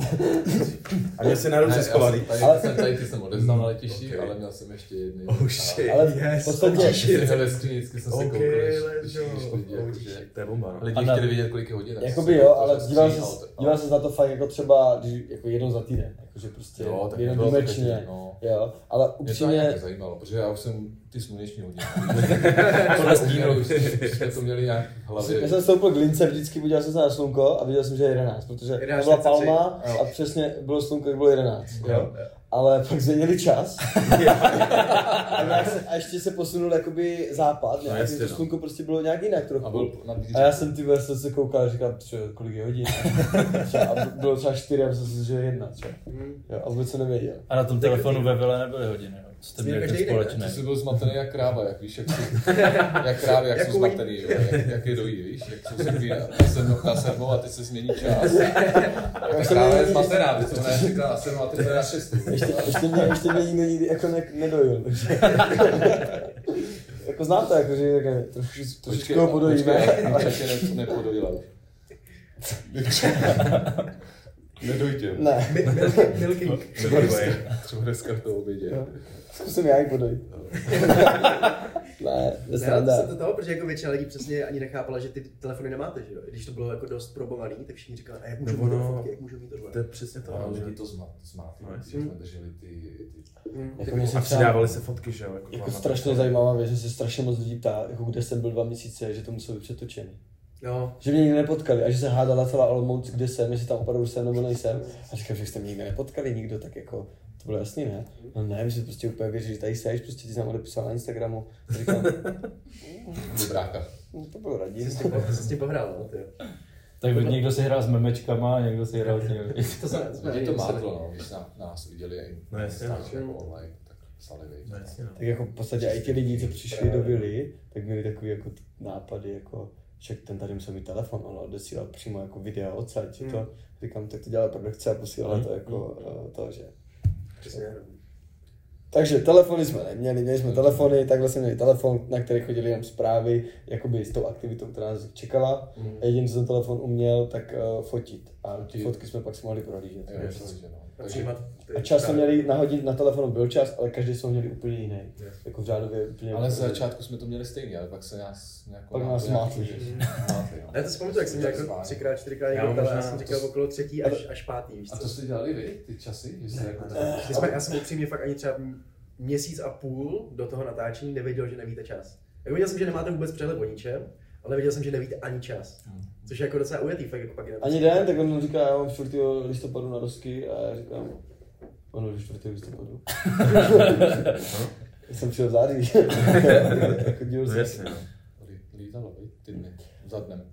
[SPEAKER 5] A mě si na
[SPEAKER 1] Ne, já jsem, tady,
[SPEAKER 5] ruce schovaný.
[SPEAKER 1] tady, jsem, tady ty jsem odevzdal
[SPEAKER 3] Mm,
[SPEAKER 1] na letišti,
[SPEAKER 5] Okay.
[SPEAKER 1] ale měl jsem ještě jedný.
[SPEAKER 2] oh shit,
[SPEAKER 3] Ale
[SPEAKER 2] yes,
[SPEAKER 3] v podstatě-
[SPEAKER 2] oh
[SPEAKER 1] Ty
[SPEAKER 2] shit.
[SPEAKER 1] jsi ve skříni, vždycky jsem se
[SPEAKER 5] OK,
[SPEAKER 1] koukal, když-
[SPEAKER 5] let's
[SPEAKER 1] když- když
[SPEAKER 5] go.
[SPEAKER 1] lidi jako,
[SPEAKER 5] Oh,
[SPEAKER 1] že-
[SPEAKER 5] To je bomba, no.
[SPEAKER 1] Lidi
[SPEAKER 4] A na-
[SPEAKER 1] chtěli vidět, kolik je hodin. tak jsem
[SPEAKER 3] Jakoby
[SPEAKER 1] si
[SPEAKER 3] jo,
[SPEAKER 1] koukal,
[SPEAKER 3] ale
[SPEAKER 1] že
[SPEAKER 3] díval
[SPEAKER 1] stříhal
[SPEAKER 3] se,
[SPEAKER 1] to.
[SPEAKER 3] díval se na to fakt jako třeba, když, jako jednou za týden, jakože prostě
[SPEAKER 1] Jo, tak
[SPEAKER 3] jenom
[SPEAKER 1] nebylo to
[SPEAKER 3] výjimečně,
[SPEAKER 1] každý, no.
[SPEAKER 3] jo, ale
[SPEAKER 1] Mě to ani
[SPEAKER 3] upřímně,
[SPEAKER 1] nějak zajímalo, protože já už jsem ty sluneční hodiny. Podle stínu. Už jsme to měli nějak v
[SPEAKER 3] já
[SPEAKER 1] hlavě.
[SPEAKER 3] jsem stoupil k lince vždycky, podíval jsem se na slunko a viděl jsem, že je 11, protože to
[SPEAKER 2] 11,
[SPEAKER 3] byla
[SPEAKER 2] 43,
[SPEAKER 3] palma a přesně bylo slunko, jak bylo 11, jo.
[SPEAKER 2] Jo.
[SPEAKER 3] Ale pak změnili čas a, nějak se, a ještě se posunul jakoby západ, ne?
[SPEAKER 5] No,
[SPEAKER 3] No,
[SPEAKER 5] jasně,
[SPEAKER 3] to
[SPEAKER 5] no.
[SPEAKER 3] slunko prostě bylo nějak jinak trochu.
[SPEAKER 1] A byl na
[SPEAKER 3] A já jsem ty vole, jsem se koukal a říkal, čo, kolik je hodin? Třeba- a bylo třeba čtyři a myslím si, že je jedna, třeba. Jo, a vůbec jsem nevěděl.
[SPEAKER 4] A na tom telefonu ve vile nebyly hodiny, jo? Co jste
[SPEAKER 2] Měl
[SPEAKER 4] měli ten
[SPEAKER 2] každý den,
[SPEAKER 1] Ty jsi
[SPEAKER 4] společný?
[SPEAKER 1] byl zmatený jak kráva, jak víš, jak, jsou- jak krávy, jak
[SPEAKER 2] Jak
[SPEAKER 1] jsou
[SPEAKER 2] oni.
[SPEAKER 1] zmatený, jo, jak, jak je dojí, víš, jak jsou se na sedmou, na sedmou a teď se změní čas. Ta kráva je zmatená, ty co ona je řekla na sedmou a teď to je na šestou.
[SPEAKER 3] Ještě, ještě, mě, ještě mě nikdo nikdy jako ne, nedojil, takže... jako znám to, jako, že také trošku, trošičku ho podojíme.
[SPEAKER 1] ale tě ne, nepodojila už. Nedojtě.
[SPEAKER 3] Ne,
[SPEAKER 2] Mi- Milky, milky.
[SPEAKER 1] Třeba dneska, třeba dneska to obědě.
[SPEAKER 3] Jo. zkusím já ji podojit. ne, to je
[SPEAKER 2] Ne, ale to se
[SPEAKER 3] sranda.
[SPEAKER 2] to toho, protože jako většina lidí přesně ani nechápala, že ty telefony nemáte, že jo? I Když to bylo jako dost probovaný, tak všichni říkali, a jak můžu
[SPEAKER 5] Nebo
[SPEAKER 2] mít
[SPEAKER 5] no.
[SPEAKER 2] no, jak můžu mít tohle.
[SPEAKER 5] To je přesně to.
[SPEAKER 1] No,
[SPEAKER 5] no, že-
[SPEAKER 1] lidi to zmat, zmat,
[SPEAKER 5] No,
[SPEAKER 3] Hm.
[SPEAKER 1] když jsme drželi ty, ty
[SPEAKER 2] Hm.
[SPEAKER 3] Jako mě se
[SPEAKER 5] A
[SPEAKER 3] třeba,
[SPEAKER 5] přidávali se fotky, že jo? Jako,
[SPEAKER 3] jako
[SPEAKER 5] máme-
[SPEAKER 3] strašně zajímavá věc, že se strašně moc lidí ptá, jako kde jsem byl dva měsíce, že to muselo být přetočený.
[SPEAKER 2] No,
[SPEAKER 3] Že mě nikdy nepotkali a že se hádala celá Olomouc, kde jsem, jestli tam opravdu jsem nebo nejsem. A říkám, že jste mě nikdy nepotkali, nikdo, tak jako, to bylo jasný, ne? No ne, my jsme prostě úplně věřili, že tady seš, prostě ty jsi nám odepsal na Instagramu. A říkám,
[SPEAKER 1] vibráka.
[SPEAKER 3] no, to bylo
[SPEAKER 2] jsi
[SPEAKER 3] radím.
[SPEAKER 2] s tím, jsi s tím pohrál, no, ty jo.
[SPEAKER 4] Tak někdo si hrál s memečkama, někdo si hrál s těmi.
[SPEAKER 2] To se to
[SPEAKER 1] Lidi to
[SPEAKER 2] se-
[SPEAKER 1] mátlo, no, když na, nás viděli i
[SPEAKER 5] No jasně, no.
[SPEAKER 1] Snad, že jako online, tak psali, viď.
[SPEAKER 5] No jasně, no.
[SPEAKER 3] Tak jako v podstatě i ti lidi, co přišli do Vily, tak měli takový jako t- nápady, jako však ten tady musel mít telefon, on odesílal přímo jako videa odsaď,
[SPEAKER 2] Hmm.
[SPEAKER 3] to říkám, tak to dělala produkce a posílala to jako eh, to, že
[SPEAKER 2] Přesně.
[SPEAKER 3] Takže telefony jsme neměli, měli jsme telefony, takhle jsme měli telefon, na který chodili jenom zprávy, jakoby s tou aktivitou, která nás čekala. Mm. Jediný, co ten telefon uměl, tak uh, fotit. A ty fotky jsme pak si mohli prohlížet.
[SPEAKER 1] Jo, takže no.
[SPEAKER 2] A
[SPEAKER 1] Takže
[SPEAKER 2] přijímat ty
[SPEAKER 3] A čas jsme
[SPEAKER 2] zprávy.
[SPEAKER 3] měli nahodit, na telefonu byl čas, ale každý jsme ho měli úplně jiný. Jako v řádově úplně
[SPEAKER 1] Ale z začátku jsme to měli stejně, ale pak se nás nějak...
[SPEAKER 3] Pak nás mátli, že?
[SPEAKER 2] A já to si pamatuju, jak jsem měl jako třikrát, čtyřikrát někdo ptal, já jsem říkal okolo třetí až, až pátý, víš
[SPEAKER 1] A to
[SPEAKER 2] co?
[SPEAKER 1] jste dělali vy, ty časy? Že jste jako
[SPEAKER 2] My jsme, já jsem upřímně fakt ani třeba m- měsíc a půl do toho natáčení nevěděl, že nevíte čas. Jako viděl jsem, že nemáte vůbec přehled o ničem, ale viděl jsem, že nevíte ani čas. Což je jako docela ujetý fakt, jako pak je
[SPEAKER 3] Ani den, tak on říká, já mám 4. listopadu na dosky a já říkám, ono je 4. listopadu. Já jsem přijel v září. jako díl
[SPEAKER 5] No
[SPEAKER 3] se.
[SPEAKER 5] jasně, no.
[SPEAKER 1] Lí- Lítalo, vi? Ty dny. Za dnem.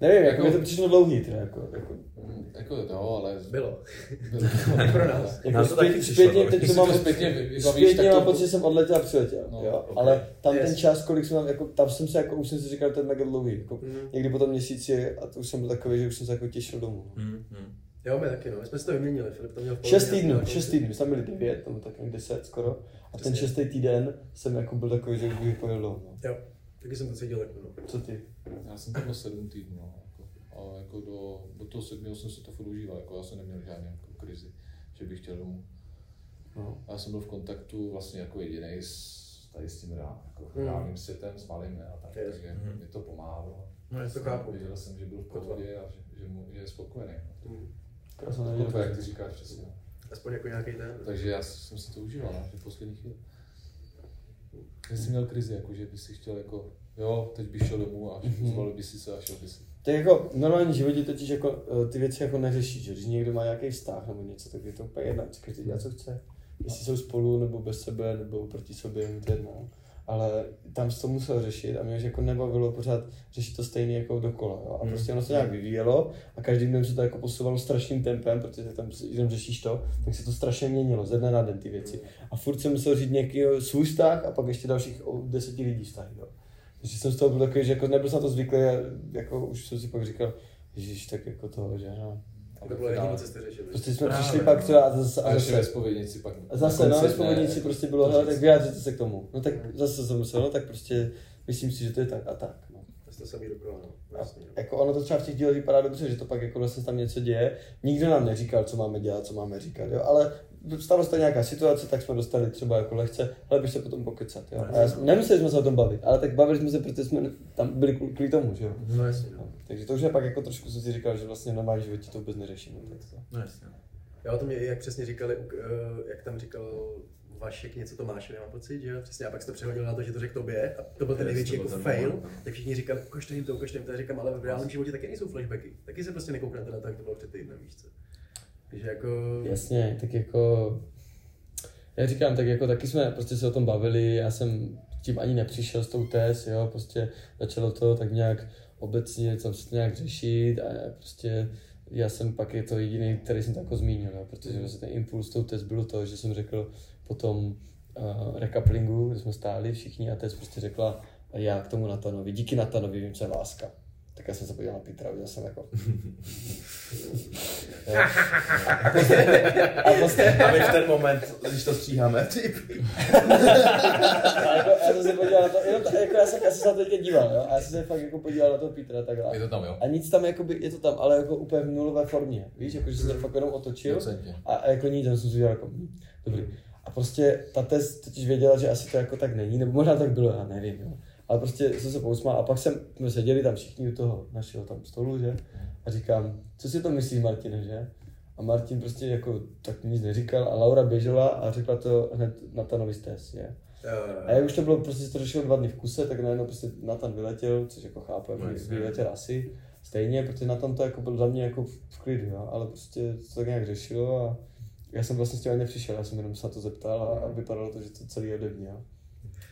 [SPEAKER 3] Nevím, jako
[SPEAKER 1] Jako-
[SPEAKER 3] mi to přišlo dlouhý, teda jako, jako,
[SPEAKER 1] Mm, Jako jo, ale...
[SPEAKER 2] Bylo.
[SPEAKER 1] Bylo.
[SPEAKER 2] Hmm. Pro nás.
[SPEAKER 3] jako
[SPEAKER 5] Nám to taky
[SPEAKER 3] zpět-
[SPEAKER 5] přišlo,
[SPEAKER 3] zpětně,
[SPEAKER 5] no.
[SPEAKER 3] teď
[SPEAKER 1] Když
[SPEAKER 3] co
[SPEAKER 1] si
[SPEAKER 3] mám,
[SPEAKER 1] to zpětně vy- vybavíš,
[SPEAKER 3] zpětně
[SPEAKER 1] tak
[SPEAKER 3] mám
[SPEAKER 1] to...
[SPEAKER 3] pocit, že jsem odletěl a přiletěl,
[SPEAKER 1] No,
[SPEAKER 3] jo,
[SPEAKER 1] ok.
[SPEAKER 3] ale tam ten
[SPEAKER 2] Jasně.
[SPEAKER 3] čas, kolik jsme tam, jako, tam jsem se jako, už jsem si říkal, to je mega dlouhý, jako,
[SPEAKER 2] Mhm.
[SPEAKER 3] někdy po tom měsíci a to už jsem byl takový, že už jsem se jako těšil domů.
[SPEAKER 5] Hm, hm.
[SPEAKER 2] Jo, my taky, no. My jsme si to vyměnili, Filip to měl v
[SPEAKER 3] Šest
[SPEAKER 2] polovině, já
[SPEAKER 3] týdnů,
[SPEAKER 2] jsem
[SPEAKER 3] šest
[SPEAKER 2] měl
[SPEAKER 3] týdnů, my jsme byli devět, tam tak nějak deset skoro. A ten
[SPEAKER 2] Přesně.
[SPEAKER 3] šestý týden jsem jako byl takový, že už bych pojel domů. no.
[SPEAKER 2] Jo, taky jsem to cítil tak, no.
[SPEAKER 3] Co ty?
[SPEAKER 1] Já jsem tam byl sedm týdnů, no, jako, ale jako do, do toho sedmého jsem si to furt užíval, jako já jsem neměl žádný jako krizi, že bych chtěl domů.
[SPEAKER 3] No.
[SPEAKER 1] Já jsem byl v kontaktu vlastně jako jediný s, tady s tím reál, jako
[SPEAKER 2] Mm.
[SPEAKER 1] reálným světem, s malým ne, a tak,
[SPEAKER 2] Yes. Hmm.
[SPEAKER 1] takže mi to pomáhalo.
[SPEAKER 2] No, já to chápu.
[SPEAKER 1] Věděl jsem, že byl v pohodě a že, že, mu, že je spokojený. no.
[SPEAKER 2] Hm.
[SPEAKER 3] Krásná
[SPEAKER 1] Jako to,
[SPEAKER 3] neděle.
[SPEAKER 1] jak ty říkáš přesně. no.
[SPEAKER 2] Aspoň jako nějaký ten.
[SPEAKER 1] Takže já jsem si to užíval na ty poslední chvíli. Já jsem měl krizi, jako, že bys si chtěl jako, jo, teď bych šel domů a
[SPEAKER 3] Mhm.
[SPEAKER 1] zvolil bys si se a šel bys si.
[SPEAKER 3] Tak jako v normálním životě totiž jako eh, ty věci jako neřešíš, že když někdo má nějaký vztah nebo něco, tak je to úplně jedno, co každý dělá, co chce. Jestli jsou spolu nebo bez sebe nebo proti sobě, mi to je jedno. Ale tam jsi to musel řešit a mě už jako nebavilo pořád řešit to stejný jako dokola. Jo. A
[SPEAKER 2] Hmm.
[SPEAKER 3] prostě ono se nějak vyvíjelo a každým dnem se to jako posouvalo strašným tempem, protože tam s- jenom řešíš to, tak se to strašně měnilo ze dne na den ty věci.
[SPEAKER 2] Hmm.
[SPEAKER 3] A furt jsem musel říct nějaký svůj vztah a pak ještě dalších o deseti lidí vztah. Jo. Takže jsem z toho byl takový, že jako nebyl jsem na to zvyklý a jako už jsem si pak říkal, Ježíš, tak jako to, že no.
[SPEAKER 1] A
[SPEAKER 2] To bylo
[SPEAKER 1] dál-
[SPEAKER 2] jediné, co jste řešili.
[SPEAKER 3] Prostě jsme
[SPEAKER 5] Právě,
[SPEAKER 3] přišli pak třeba a zase,
[SPEAKER 1] A
[SPEAKER 3] a
[SPEAKER 1] ještě ve
[SPEAKER 3] zase,
[SPEAKER 1] spovědnici pak.
[SPEAKER 3] a zase
[SPEAKER 1] na
[SPEAKER 3] no,
[SPEAKER 1] konci
[SPEAKER 3] ve spovědnici
[SPEAKER 1] dne,
[SPEAKER 3] prostě bylo,
[SPEAKER 1] to
[SPEAKER 3] hele,
[SPEAKER 1] říct.
[SPEAKER 3] tak vyjádřete se k tomu. No tak zase jsem musel, no tak prostě myslím si, že to je tak a tak. No.
[SPEAKER 2] To jste samý dokola, no. Vlastně, no.
[SPEAKER 3] Jako ono to třeba v těch dílech vypadá dobře, že to pak jako vlastně tam něco děje. Nikdo nám neříkal, co máme dělat, co máme říkat, jo, ale stalo se nějaká situace, tak jsme dostali třeba jako lehce, ale bych se potom pokecat, jo. A já, jsem- nemuseli jsme se o tom bavit, ale tak bavili jsme se, protože jsme tam byli kvůli- kvůli tomu, že jo.
[SPEAKER 2] No jasně, no.
[SPEAKER 3] No, takže to už je pak jako trošku jsem si říkal, že vlastně v normálním životě to vůbec neřeším. no, Tak to.
[SPEAKER 5] No jasně.
[SPEAKER 2] Jo, to mě, jak přesně říkali, u- eh, jak tam říkal Vašek něco Tomášovi, mám pocit, že jo? Přesně, a pak jste přehodil na to, že to řekl tobě, a to byl ten
[SPEAKER 5] Yes,
[SPEAKER 2] největší
[SPEAKER 5] to byl
[SPEAKER 2] jako
[SPEAKER 5] ten
[SPEAKER 2] fail,
[SPEAKER 5] moment, no.
[SPEAKER 2] tak všichni říkali, ukažte jim to, ukažte jim to, já říkám, ale v reálném životě taky nejsou flashbacky, taky se prostě nekouknete na to, jak to bylo před týdnem, víš co? Takže jako,
[SPEAKER 3] Jasně, tak jako... Já říkám, tak jako taky jsme prostě se o tom bavili, já jsem tím ani nepřišel s tou test, jo, prostě začalo to tak nějak obecně, tam se to nějak řešit a já prostě já jsem pak je to jediný, který jsem tak jako zmínil, jo, protože vlastně ten impuls tou test byl to, že jsem řekl po tom uh, recaplingu, kde jsme stáli všichni a test prostě řekla já k tomu Natanovi, díky Natanovi vím, co je láska. Tak já jsem se podíval na Petra, viděl jsem jako... Jo. A prostě- a prostě,
[SPEAKER 5] A my v ten moment, když to stříháme, ty
[SPEAKER 3] A jako, já jsem se podíval na to, jenom ta, jako já jsem, já jsem se na to teďka díval, jo? a já jsem se fakt jako podíval na toho Petra takhle.
[SPEAKER 1] Je to tam, jo?
[SPEAKER 3] A nic tam, jakoby, je to tam, ale jako úplně v nulové formě, víš, jako že jsem to fakt jenom otočil
[SPEAKER 1] Docentně.
[SPEAKER 3] a, a jako nic, tam jsem si udělal jako, hm, dobrý. A prostě ta test totiž věděla, že asi to jako tak není, nebo možná tak bylo, já nevím, jo. Ale prostě jsem se pousmál a pak jsem, jsme seděli tam všichni u toho našeho tam stolu, že? A říkám, co si to myslí Martin, že? A Martin prostě jako tak nic neříkal a Laura běžela a řekla to hned Natanovi z test, že? A
[SPEAKER 2] eh,
[SPEAKER 3] jak už to bylo, prostě to došlo dva dny v kuse, tak najednou prostě Nathan vyletěl, což jako chápem, no, vyletěl asi stejně, protože Nathan to jako byl za mě jako v v klidu, jo, ale prostě to tak nějak řešilo a já jsem vlastně s tím ani nepřišel, já jsem jenom se na to zeptal a, a vypadalo to, že to celý je ode mě, jo.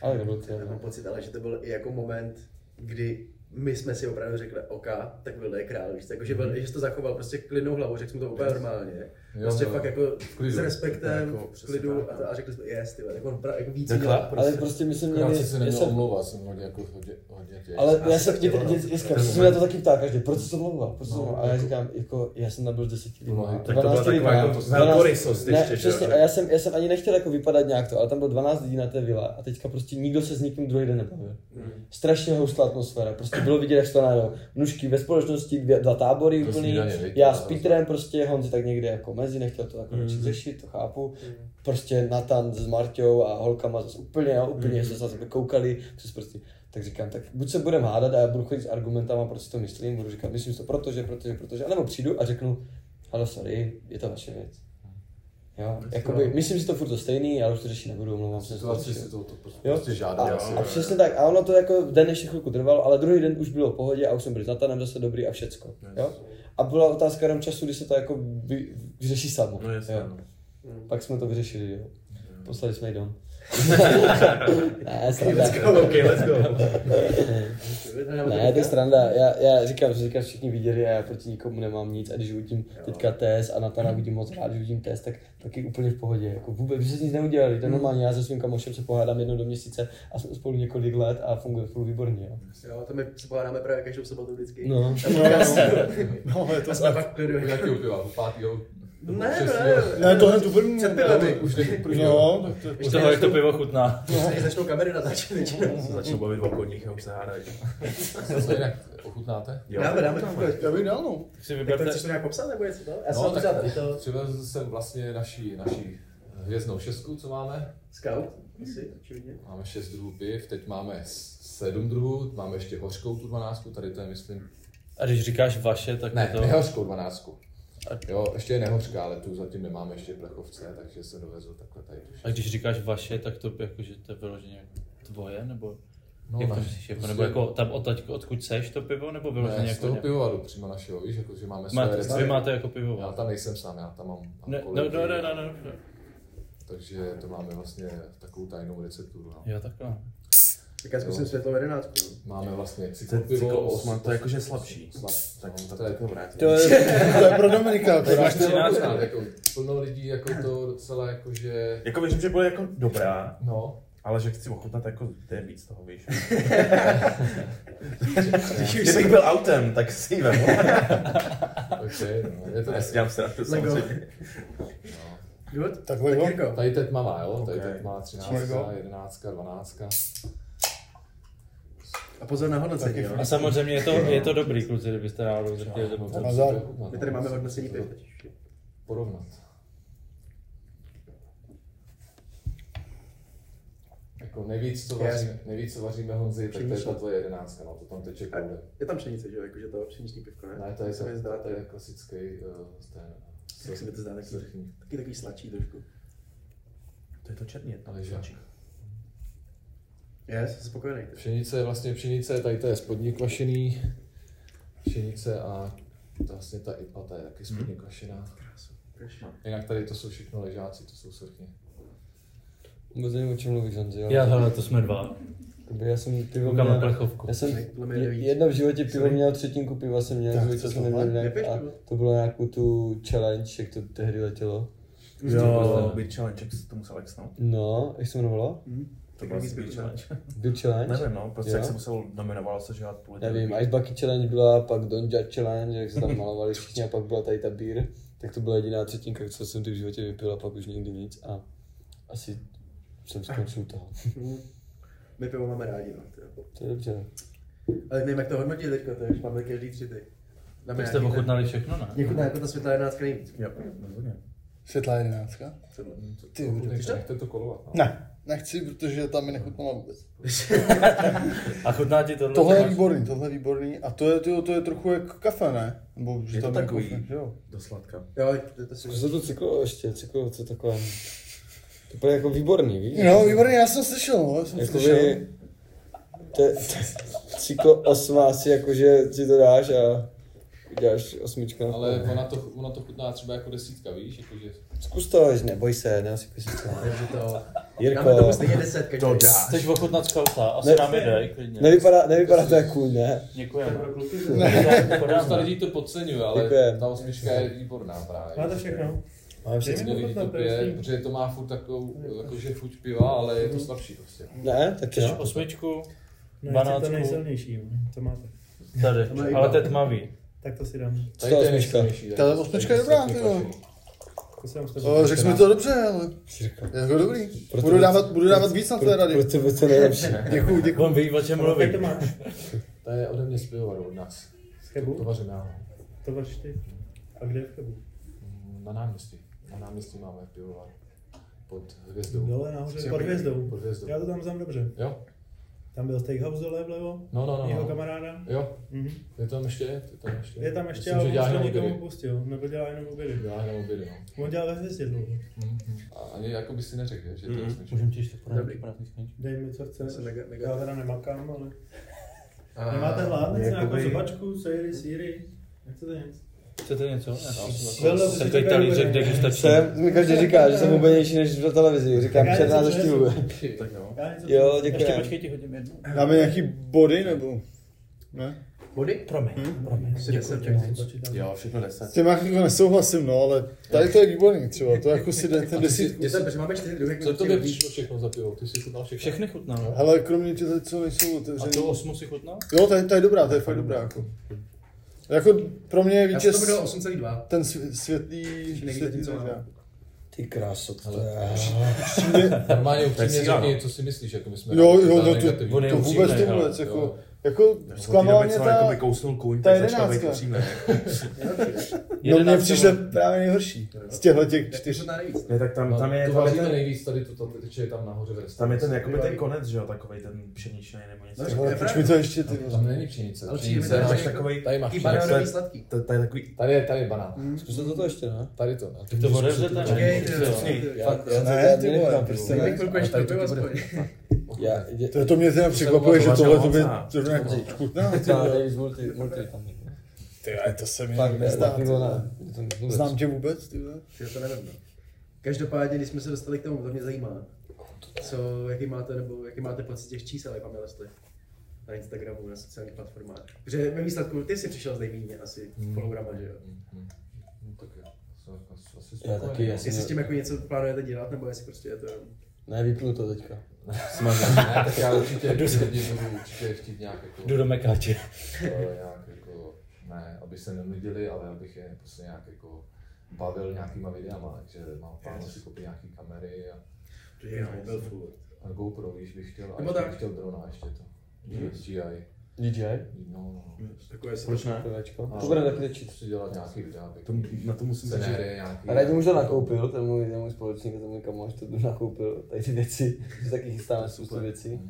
[SPEAKER 3] Ale no. nebyl to,
[SPEAKER 2] já mám
[SPEAKER 3] jo.
[SPEAKER 2] pocit, ale že to byl i jako moment, kdy my jsme si opravdu řekli, OK, tak byl je král, víš, co, jako, že, byl, že jsi to zachoval prostě klidnou hlavou, řekl jsem to úplně normálně. Prostě
[SPEAKER 1] jo.
[SPEAKER 2] fakt jako
[SPEAKER 1] klidu.
[SPEAKER 2] s respektem,
[SPEAKER 5] Jako
[SPEAKER 2] v
[SPEAKER 5] přesně
[SPEAKER 2] klidu
[SPEAKER 5] tak,
[SPEAKER 2] a,
[SPEAKER 5] no.
[SPEAKER 2] to, a řekli jsme, yes, ty, vole, tak on pra, jako víc
[SPEAKER 5] Takhle,
[SPEAKER 2] udělá.
[SPEAKER 3] Ale prostě my jsme měli,
[SPEAKER 1] Krátce se
[SPEAKER 3] já
[SPEAKER 1] Jako neměl
[SPEAKER 3] jsem,
[SPEAKER 1] omlouvat, jsem hodně jako hodně, hodně těž.
[SPEAKER 3] ale já
[SPEAKER 2] asi
[SPEAKER 3] jsem,
[SPEAKER 2] tak jo, no.
[SPEAKER 3] dneska, jsem na to taky ptá každý, proč jsi to mluvil, proč jsi to mluvil, a já říkám, jako, já jsem nebyl z deseti lidí,
[SPEAKER 1] No, tak
[SPEAKER 5] to byla
[SPEAKER 3] 12 lidí,
[SPEAKER 5] taková jako
[SPEAKER 3] no.
[SPEAKER 5] velkorysost
[SPEAKER 3] Ne,
[SPEAKER 5] ještě, že jo,
[SPEAKER 3] přesně,
[SPEAKER 5] tak-
[SPEAKER 3] a já jsem, já jsem ani nechtěl jako vypadat nějak to, ale tam bylo 12 lidí na té vile a teďka prostě nikdo se s nikým druhý den nebavil. Strašně houslá atmosféra, prostě bylo vidět, jak se to najednou. Nůžky ve společnosti, dvě, dva tábory
[SPEAKER 1] To
[SPEAKER 3] úplný,
[SPEAKER 1] snídaně, viď?
[SPEAKER 3] já
[SPEAKER 1] To
[SPEAKER 3] s
[SPEAKER 1] hrozné.
[SPEAKER 3] Petrem prostě, Honzi tak někde jako mezi, nechtěl to jako mm. řešit, to chápu. Prostě Natan s Marťou a holkama zase úplně, jo, úplně se zase koukali přes prsty. Tak říkám, tak buď se budeme hádat a já budu chodit s argumentama, proč si to myslím, budu říkat, myslím si to protože, protože, protože, anebo přijdu a řeknu, ale sorry, je to vaše věc. Jo, jakoby, myslím si to furt to stejný, ale už to řešit nebudu, omlouvám se.
[SPEAKER 1] Situaci
[SPEAKER 3] že-
[SPEAKER 1] si to, to prostě,
[SPEAKER 3] Jo.
[SPEAKER 1] prostě žádá.
[SPEAKER 3] A,
[SPEAKER 1] asi.
[SPEAKER 3] a přesně tak, a ono to jako den ještě chvilku trvalo, ale druhý den už bylo v pohodě a už jsem byl s Natanem zase dobrý a všecko. Jo? A byla otázka jenom času, kdy se to jako vy, vyřeší samo.
[SPEAKER 5] No jasně,
[SPEAKER 3] jo?
[SPEAKER 5] no.
[SPEAKER 3] Pak jsme to vyřešili, jo. Poslali jsme ji dom. ne, sranda.
[SPEAKER 5] Let's go, OK, let's go.
[SPEAKER 3] Ne, to je sranda. Já, já říkám, že říkám všichni viděli a já proti nikomu nemám nic. A když uvidím teďka test a Natana uvidím moc rád, že uvidím test, tak taky úplně v pohodě. Jako vůbec by se nic neudělali. To je normálně, já se svým kamošem se pohádám jednou do měsíce a jsme spolu několik let a funguje spolu výborně. Jo.
[SPEAKER 2] Jo, to my se pohádáme právě každou sobotu vždycky.
[SPEAKER 3] No.
[SPEAKER 6] No, je to
[SPEAKER 2] To jsme pak klidu. Ne,
[SPEAKER 1] Jakého piva? Pátýho?
[SPEAKER 2] ne,
[SPEAKER 1] Nebo
[SPEAKER 2] ne.
[SPEAKER 1] šestýho?
[SPEAKER 6] Ne, tohle tu první.
[SPEAKER 2] Před pilemi.
[SPEAKER 1] Už není prvního.
[SPEAKER 6] No, tak to je...
[SPEAKER 4] Už toho, jak to pivo chutná.
[SPEAKER 2] Už než začnou kamery natáčet většinou.
[SPEAKER 5] Začnu bavit o koních a už se hádají.
[SPEAKER 1] To se jinak ochutnáte?
[SPEAKER 5] Jo.
[SPEAKER 2] Dáme, dáme to vůbec.
[SPEAKER 6] Já bych dal, no.
[SPEAKER 4] Tak si
[SPEAKER 2] Tak to
[SPEAKER 4] vyberte,
[SPEAKER 2] chceš to nějak popsat nebo něco? No? Já jsem
[SPEAKER 1] No,
[SPEAKER 2] no,
[SPEAKER 1] tak
[SPEAKER 2] vzal tady to
[SPEAKER 1] přivezl jsem vlastně naší, naší hvězdnou šestku, co máme.
[SPEAKER 2] scout, asi, očividně.
[SPEAKER 1] Máme šest druhů piv, teď máme s- sedm druhů, máme ještě hořkou tu dvanáctku, tady to je myslím,
[SPEAKER 4] a když říkáš vaše, tak
[SPEAKER 1] ne,
[SPEAKER 4] je to...
[SPEAKER 1] nehořkou dvanáctku. Jo, ještě je nehořká, ale tu zatím nemáme ještě plechovce, takže se dovezl takhle tady.
[SPEAKER 4] A když říkáš vaše, tak to jakože to je vyloženě jako tvoje, nebo
[SPEAKER 1] No,
[SPEAKER 4] jak to
[SPEAKER 1] ne,
[SPEAKER 4] myslíš, jako,
[SPEAKER 1] prostě-
[SPEAKER 4] nebo jako tam odtaď, odkud seš to pivo, nebo vyloženě
[SPEAKER 1] Ne, z
[SPEAKER 4] jako
[SPEAKER 1] toho
[SPEAKER 4] nějak...
[SPEAKER 1] pivovaru přímo našeho, víš, jako, že máme
[SPEAKER 4] Máte,
[SPEAKER 1] své
[SPEAKER 4] vy
[SPEAKER 1] restaurace.
[SPEAKER 4] máte jako pivo.
[SPEAKER 1] Já tam nejsem sám, já tam mám mám
[SPEAKER 4] Ne, no,
[SPEAKER 1] kolegy,
[SPEAKER 4] no, no, no, no, no.
[SPEAKER 1] takže to máme vlastně takovou tajnou recepturu. No.
[SPEAKER 4] Jo, takhle.
[SPEAKER 2] Tak já zkusím
[SPEAKER 1] Jo.
[SPEAKER 2] světlou jedenáctku. no.
[SPEAKER 1] Máme vlastně cykl
[SPEAKER 5] Ten cykl
[SPEAKER 1] pivo,
[SPEAKER 5] osman,
[SPEAKER 1] osm,
[SPEAKER 5] to je jakože slabší.
[SPEAKER 1] slab,
[SPEAKER 5] Tak,
[SPEAKER 1] no,
[SPEAKER 5] tak
[SPEAKER 1] to je
[SPEAKER 5] to jako vrátím.
[SPEAKER 3] To je,
[SPEAKER 6] To je pro Dominika.
[SPEAKER 4] Teď máš
[SPEAKER 6] akorát.
[SPEAKER 4] 13.
[SPEAKER 1] Pořád, jako plno lidí jako to docela jako že...
[SPEAKER 5] Jako věřím, že bude jako dobrá,
[SPEAKER 1] No,
[SPEAKER 5] ale že chci ochutnat jako, to je víc toho, víš.
[SPEAKER 2] Když už
[SPEAKER 5] Kdybych
[SPEAKER 2] jsem-
[SPEAKER 5] byl autem, tak si ji vemu.
[SPEAKER 1] takže no, je to
[SPEAKER 5] Já si dělám srandu
[SPEAKER 2] Lego.
[SPEAKER 5] samozřejmě.
[SPEAKER 2] Good.
[SPEAKER 6] Tak
[SPEAKER 2] Tak jako,
[SPEAKER 6] Lego.
[SPEAKER 2] Jirko,
[SPEAKER 1] Tady teď má, jo? Tady
[SPEAKER 5] Ok.
[SPEAKER 1] teď má 13,
[SPEAKER 6] Čergo.
[SPEAKER 1] 11, 12.
[SPEAKER 2] a pozor na hodnocení,
[SPEAKER 6] Taky
[SPEAKER 2] jo.
[SPEAKER 4] A samozřejmě je to, je to dobrý, kluci, kdybyste náhodou řekli, že
[SPEAKER 1] No,
[SPEAKER 4] to
[SPEAKER 6] Na zár.
[SPEAKER 2] My tady máme hodnocení piv. totiž.
[SPEAKER 1] Porovnat. Jako nejvíc, co
[SPEAKER 2] Já-
[SPEAKER 1] vaříme, nejvíc, co vaříme Honzi, tak to je ta
[SPEAKER 2] Přemýšlím.
[SPEAKER 1] tvoje jedenáctka, no to tam teče
[SPEAKER 2] A
[SPEAKER 1] koule.
[SPEAKER 2] Je tam pšenice, že jo, jakože to pšeniční pivko, ne?
[SPEAKER 1] Ne, to je,
[SPEAKER 2] se mi zdá,
[SPEAKER 1] to
[SPEAKER 2] to
[SPEAKER 1] je
[SPEAKER 2] je
[SPEAKER 1] klasický uh, ten...
[SPEAKER 2] Jak se mi to zdá, taky-
[SPEAKER 1] srchní.
[SPEAKER 2] taky takový sladší trošku.
[SPEAKER 5] To je to černý, je to
[SPEAKER 1] Ale že?
[SPEAKER 5] tlačí.
[SPEAKER 2] Je, jsem spokojený.
[SPEAKER 1] Pšenice, vlastně pšenice, tady to je spodní kvašený. Pšenice a ta, vlastně ta IPA, ta je taky spodní kvašená.
[SPEAKER 2] Krásu.
[SPEAKER 1] Jinak tady to jsou všechno ležáci, to jsou srchně.
[SPEAKER 3] vůbec nevím, o čem mluvíš, Honzi, jo.
[SPEAKER 4] Já, hele, to jsme dva.
[SPEAKER 3] Jakoby Já jsem pivo
[SPEAKER 4] Koukám na
[SPEAKER 3] měl,
[SPEAKER 4] plechovku.
[SPEAKER 3] já jsem
[SPEAKER 2] Podle mě je víc.
[SPEAKER 3] jedno v životě pivo
[SPEAKER 2] Sorry.
[SPEAKER 3] měl, třetinku piva jsem měl,
[SPEAKER 6] Tak,
[SPEAKER 3] tak, co
[SPEAKER 6] co
[SPEAKER 3] jsem
[SPEAKER 6] to
[SPEAKER 3] neměl
[SPEAKER 6] má?
[SPEAKER 3] nějak,
[SPEAKER 2] Nepiješ
[SPEAKER 3] a
[SPEAKER 2] pivo?
[SPEAKER 3] to bylo nějakou tu challenge, jak to tehdy letělo.
[SPEAKER 5] Jo, Beer Challenge, jak se to musel lexnout.
[SPEAKER 3] No, jak se jmenovalo?
[SPEAKER 5] To byl asi Beer Challenge.
[SPEAKER 3] Byl challenge?
[SPEAKER 5] Nevím, no, prostě
[SPEAKER 3] Jo.
[SPEAKER 5] jak se musel, nominovalo se, že já půl litru.
[SPEAKER 3] Nevím, Ice Bucky Challenge byla, pak Donja Challenge, jak se tam malovali všichni a pak byla tady ta bír. Tak to byla jediná třetinka, co jsem ty v životě vypil a pak už nikdy nic a asi jsem skončil u toho.
[SPEAKER 2] My pivo máme rádi, no. to jo.
[SPEAKER 3] To je dobře.
[SPEAKER 2] Ale nevím, jak to hodnotit teďko, to už máme každý tři ty. Dáme
[SPEAKER 4] Tak jste
[SPEAKER 2] nějaký ten-
[SPEAKER 4] ochutnali všechno, ne?
[SPEAKER 2] Někud na jako ta světlá jedenáctka nejvíc.
[SPEAKER 5] Jo, rozhodně.
[SPEAKER 6] Světlá jedenáctka? Ty,
[SPEAKER 1] Nechte, nechte to kolovat. No.
[SPEAKER 6] Ne, nechci, protože tam mi nechutnala vůbec.
[SPEAKER 4] A chutná ti tohle?
[SPEAKER 6] Tohle je výborný, tohle je výborný. A to je, tyjo, to je trochu jako kafe, ne? Nebo že
[SPEAKER 5] Je to
[SPEAKER 6] tam
[SPEAKER 5] takový.
[SPEAKER 6] kafe, že jo?
[SPEAKER 5] Do sladka.
[SPEAKER 2] Jo, to, to si...
[SPEAKER 3] Zkusím to cyklo ještě, cyklo, co takové. To bylo jako výborný, víš? Jako
[SPEAKER 6] No, výborný, já jsem slyšel, no, já jsem
[SPEAKER 4] Jako
[SPEAKER 6] slyšel.
[SPEAKER 3] Jakoby, te, te, cyklo osma asi jakože si to dáš a uděláš osmička.
[SPEAKER 6] No,
[SPEAKER 1] Ale ona to, ona to chutná třeba jako desítka, víš? Jakože,
[SPEAKER 3] Zkus to, že neboj se, neosypej si to.
[SPEAKER 2] Takže to... Dáme tomu
[SPEAKER 3] Jirko,
[SPEAKER 2] stejně deset každý.
[SPEAKER 5] To dá.
[SPEAKER 4] Chceš ochutnat z kauta, asi
[SPEAKER 3] Ne-
[SPEAKER 4] nám je dej, klidně.
[SPEAKER 3] nevypadá, nevypadá to jako cool, ne?
[SPEAKER 4] Děkujeme.
[SPEAKER 1] spousta lidí to podceňuje, ale
[SPEAKER 3] Děkujem.
[SPEAKER 1] ta osmička je výborná právě.
[SPEAKER 7] Máte všechno?
[SPEAKER 3] Mám
[SPEAKER 7] všechno.
[SPEAKER 1] Hodně lidí to pije, protože to má furt takovou, jakože chuť piva, ale je to slabší prostě.
[SPEAKER 3] Ne, tak
[SPEAKER 4] Chceš
[SPEAKER 3] jo.
[SPEAKER 4] osmičku,
[SPEAKER 7] Ne,
[SPEAKER 4] Banácku.
[SPEAKER 7] chci to nejsilnější, jo. to máte.
[SPEAKER 4] tady,
[SPEAKER 2] To má iba.
[SPEAKER 4] ale to je tmavý.
[SPEAKER 7] Tak to si dám.
[SPEAKER 1] Tady to je
[SPEAKER 3] osmička.
[SPEAKER 1] nejsilnější,
[SPEAKER 6] Ta
[SPEAKER 1] tady-
[SPEAKER 6] osmička
[SPEAKER 1] tady
[SPEAKER 6] je dobrá,
[SPEAKER 1] se
[SPEAKER 6] ty jo.
[SPEAKER 1] taky
[SPEAKER 7] To si dám s tebou.
[SPEAKER 6] O, No, řekl jsme to dobře, ale je jako dobrý. Budu dávat, budu dávat víc na tvé rady.
[SPEAKER 3] Pro tebe to nejlepší.
[SPEAKER 6] Děkuju, děkuju.
[SPEAKER 4] On ví, o čem mluví.
[SPEAKER 7] Jak to máš?
[SPEAKER 1] To je ode mě z pivovaru, od nás.
[SPEAKER 7] V
[SPEAKER 1] To
[SPEAKER 7] Chebu?
[SPEAKER 1] vařím já.
[SPEAKER 7] To vaš ty. A kde je v Chebu?
[SPEAKER 1] Mm, Na náměstí. Na náměstí máme pivovar. Pod hvězdou.
[SPEAKER 7] Dole nahoře No, pod hvězdou.
[SPEAKER 1] Pod hvězdou.
[SPEAKER 7] Já to tam znám dobře.
[SPEAKER 1] Jo?
[SPEAKER 7] Tam byl Steakhouse dole vlevo,
[SPEAKER 8] No, no, no.
[SPEAKER 7] jeho
[SPEAKER 8] no.
[SPEAKER 7] kamaráda.
[SPEAKER 8] Jo,
[SPEAKER 7] Mhm.
[SPEAKER 8] je tam ještě, je tam ještě.
[SPEAKER 7] Je tam ještě,
[SPEAKER 8] Myslím, že
[SPEAKER 7] ale
[SPEAKER 8] dělá
[SPEAKER 7] on se
[SPEAKER 8] jenom
[SPEAKER 7] někomu
[SPEAKER 8] obědy.
[SPEAKER 7] pustil, nebo dělá jenom obědy.
[SPEAKER 8] Dělá jenom obědy, no.
[SPEAKER 7] On dělal ve hvězdě dlouho.
[SPEAKER 1] A ani jako by si neřekl, že to je smyčka.
[SPEAKER 4] Můžeme ti ještě podat
[SPEAKER 2] Dobrý.
[SPEAKER 4] podat skleničku?
[SPEAKER 7] Dej mi, co chce.
[SPEAKER 2] jsem mega- mega-
[SPEAKER 7] Já teda nemakám, ale... Nemáte hlad? Něco nějakou zubačku, sejry, síry? Nechcete nic?
[SPEAKER 4] Chcete něco?
[SPEAKER 7] Velda,
[SPEAKER 4] No, Jsem
[SPEAKER 7] si
[SPEAKER 4] tady
[SPEAKER 7] říkají
[SPEAKER 4] talířek
[SPEAKER 7] úplně-
[SPEAKER 4] degustační.
[SPEAKER 3] Jsem, mi každý říká, že jsem hubenější než v televizi, říkám
[SPEAKER 7] Já něco
[SPEAKER 3] 14 za
[SPEAKER 7] přinesu.
[SPEAKER 3] štívu.
[SPEAKER 5] Tak jo.
[SPEAKER 7] Já něco
[SPEAKER 3] Jo,
[SPEAKER 4] Ještě
[SPEAKER 3] děkuji.
[SPEAKER 4] počkej, ti hodím jednu.
[SPEAKER 6] Dáme nějaký body nebo? Ne?
[SPEAKER 2] Body?
[SPEAKER 4] Promiň, promiň.
[SPEAKER 2] Si
[SPEAKER 7] Děkuji
[SPEAKER 2] deset,
[SPEAKER 7] ti moc.
[SPEAKER 2] tak
[SPEAKER 5] Jo, všechno
[SPEAKER 6] S
[SPEAKER 5] deset.
[SPEAKER 6] těma jako nesouhlasím, no, ale tady to je výborný třeba, to jako si jdete desítku.
[SPEAKER 2] Je to, protože máme čtyři druhy, jako
[SPEAKER 8] Co
[SPEAKER 2] které
[SPEAKER 8] to by přišlo všechno za pivo? Ty jsi chutnal všechno?
[SPEAKER 4] Všechny chutná.
[SPEAKER 6] Hele, kromě těch, co nejsou
[SPEAKER 4] A
[SPEAKER 6] otevřený.
[SPEAKER 4] to osmu si chutná?
[SPEAKER 6] Jo, ta, je- ta je dobrá, ta je fakt dobrá. Jako, jako pro mě je
[SPEAKER 2] Já jsem to
[SPEAKER 6] vítěz
[SPEAKER 2] byl 8,2.
[SPEAKER 6] ten sv- světlý,
[SPEAKER 2] Že nevíte,
[SPEAKER 6] světlý
[SPEAKER 2] co mám.
[SPEAKER 6] nežák.
[SPEAKER 3] Ty krásot, to
[SPEAKER 8] Hele.
[SPEAKER 3] je.
[SPEAKER 8] Normálně upřímně
[SPEAKER 5] síla,
[SPEAKER 8] řekni,
[SPEAKER 5] no.
[SPEAKER 8] co si myslíš, jako my jsme...
[SPEAKER 6] Jo,
[SPEAKER 8] rádi
[SPEAKER 6] jo,
[SPEAKER 8] za
[SPEAKER 6] no to-
[SPEAKER 8] negativní.
[SPEAKER 4] to
[SPEAKER 6] To
[SPEAKER 4] upřímné,
[SPEAKER 6] vůbec to
[SPEAKER 4] hele,
[SPEAKER 6] vůbec,
[SPEAKER 8] jo.
[SPEAKER 6] jako, jako zklamala mě
[SPEAKER 5] Jako by
[SPEAKER 6] ta, no,
[SPEAKER 5] kousnul kuň,
[SPEAKER 6] ta
[SPEAKER 5] tak začala být
[SPEAKER 6] jedenáctka.
[SPEAKER 5] upřímné.
[SPEAKER 6] no mě
[SPEAKER 4] Jedenáct
[SPEAKER 6] přišla
[SPEAKER 4] jsem-
[SPEAKER 6] právě nejhorší z těchto těch
[SPEAKER 2] Čtyři.
[SPEAKER 6] čtyř.
[SPEAKER 2] To nejvíc.
[SPEAKER 5] Ne, tak tam,
[SPEAKER 8] No,
[SPEAKER 5] tam je,
[SPEAKER 8] to
[SPEAKER 5] tam je
[SPEAKER 1] vlastně
[SPEAKER 8] vaříme
[SPEAKER 5] ten,
[SPEAKER 8] nejvíc tady, to, to teče je tam nahoře ve
[SPEAKER 5] tam je ten,
[SPEAKER 8] restauraci.
[SPEAKER 5] jakoby ten konec, že jo, takovej ten pšeničný nebo něco.
[SPEAKER 2] No,
[SPEAKER 6] Hele, proč mi to ještě ty
[SPEAKER 8] Tam není pšenice,
[SPEAKER 2] Ale přijde mi
[SPEAKER 8] pšenice
[SPEAKER 2] to
[SPEAKER 8] máš
[SPEAKER 2] jako-
[SPEAKER 8] takovej, tady máš
[SPEAKER 2] I
[SPEAKER 8] pšenice.
[SPEAKER 2] banánový sladký.
[SPEAKER 5] To, to je takový,
[SPEAKER 8] Tady je, tady je banán,
[SPEAKER 3] Zkusil to to ještě, ne?
[SPEAKER 8] tady to.
[SPEAKER 1] no.
[SPEAKER 8] A
[SPEAKER 4] Tak to odevřete,
[SPEAKER 2] Čekej,
[SPEAKER 4] ne?
[SPEAKER 2] ty
[SPEAKER 4] Jo.
[SPEAKER 2] jo.
[SPEAKER 3] Fakt, já to
[SPEAKER 6] Ne,
[SPEAKER 3] já
[SPEAKER 6] ty
[SPEAKER 3] nenechám
[SPEAKER 6] vole,
[SPEAKER 3] prostě.
[SPEAKER 2] Tak
[SPEAKER 6] ne.
[SPEAKER 2] bych chvilku ještě
[SPEAKER 8] Ale tady
[SPEAKER 2] pivo
[SPEAKER 8] to bude-
[SPEAKER 2] aspoň.
[SPEAKER 3] Já, jde,
[SPEAKER 6] To, to mě teda překvapuje, že
[SPEAKER 5] jsem
[SPEAKER 6] tohle to
[SPEAKER 5] označil
[SPEAKER 6] by
[SPEAKER 5] Honza.
[SPEAKER 6] zrovna jako chutná. ty
[SPEAKER 3] já
[SPEAKER 6] vole.
[SPEAKER 3] jde z multi, multi tam.
[SPEAKER 6] Ty, ale to se mi
[SPEAKER 3] Fakt, ne,
[SPEAKER 6] nezdá.
[SPEAKER 3] tak
[SPEAKER 6] ty
[SPEAKER 3] nebo
[SPEAKER 6] vole.
[SPEAKER 3] ne. To tam vůbec.
[SPEAKER 6] Znám tě vůbec, ty vole?
[SPEAKER 2] Já to nevím. no. Každopádně, když jsme se dostali k tomu, to mě zajímá. Co, jaký máte, nebo jaký máte pocit těch čísel, jak vám narostly? Na Instagramu, na sociálních platformách. Protože ve výsledku ty jsi přišel s nejméně asi followgrama, že jo?
[SPEAKER 1] Tak jo, jsem asi- asi
[SPEAKER 3] Já
[SPEAKER 1] spokojený.
[SPEAKER 3] taky, já
[SPEAKER 2] Jestli s tím
[SPEAKER 3] jsem...
[SPEAKER 2] jako něco plánujete dělat, nebo jestli prostě je to jenom...
[SPEAKER 3] Ne, vypnu to teďka.
[SPEAKER 1] Smažím, ne, tak já určitě lidi budu určitě chtít nějak jako,
[SPEAKER 4] Jdu do Mekáče.
[SPEAKER 1] eh, nějak jako, ne, aby se nenudili, ale abych je prostě nějak jako bavil nějakýma videama, takže mám plán si koupit nějaký kamery a,
[SPEAKER 2] To je mobil furt.
[SPEAKER 1] a GoPro, víš, bych chtěl, a
[SPEAKER 2] Nebo
[SPEAKER 1] ještě
[SPEAKER 2] tak.
[SPEAKER 1] bych chtěl drona ještě to. DJI.
[SPEAKER 3] DJI?
[SPEAKER 1] No, no.
[SPEAKER 2] Takové se...
[SPEAKER 5] proč ne?
[SPEAKER 1] A
[SPEAKER 3] To bude taky točit.
[SPEAKER 1] Chci dělat nějaký videa, bych
[SPEAKER 5] To, na to musím říct, že
[SPEAKER 1] scenérie nějaký.
[SPEAKER 3] A Radim už to nakoupil, ten můj, ten můj společník, ten můj kamoš, to nakoupil, tady ty věci, že taky chystáme spoustu věcí.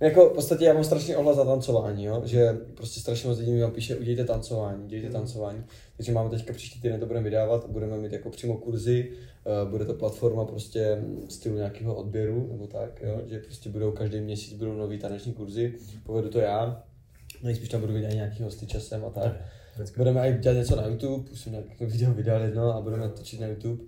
[SPEAKER 3] Jako v podstatě já mám strašný ohlas za tancování, jo? že prostě strašně moc lidí mi vám píše, udělejte tancování, dělejte tancování. Takže máme teďka příští týden to budeme vydávat, budeme mít jako přímo kurzy, eh, bude to platforma prostě mm, stylu nějakého odběru nebo tak, jo? že prostě budou každý měsíc budou nový taneční kurzy, povedu to já, nejspíš No, tam budu vydat nějaký hosty časem a tak. Budeme i dělat něco na YouTube, už jsem nějaké video vydal jedno a budeme točit na YouTube.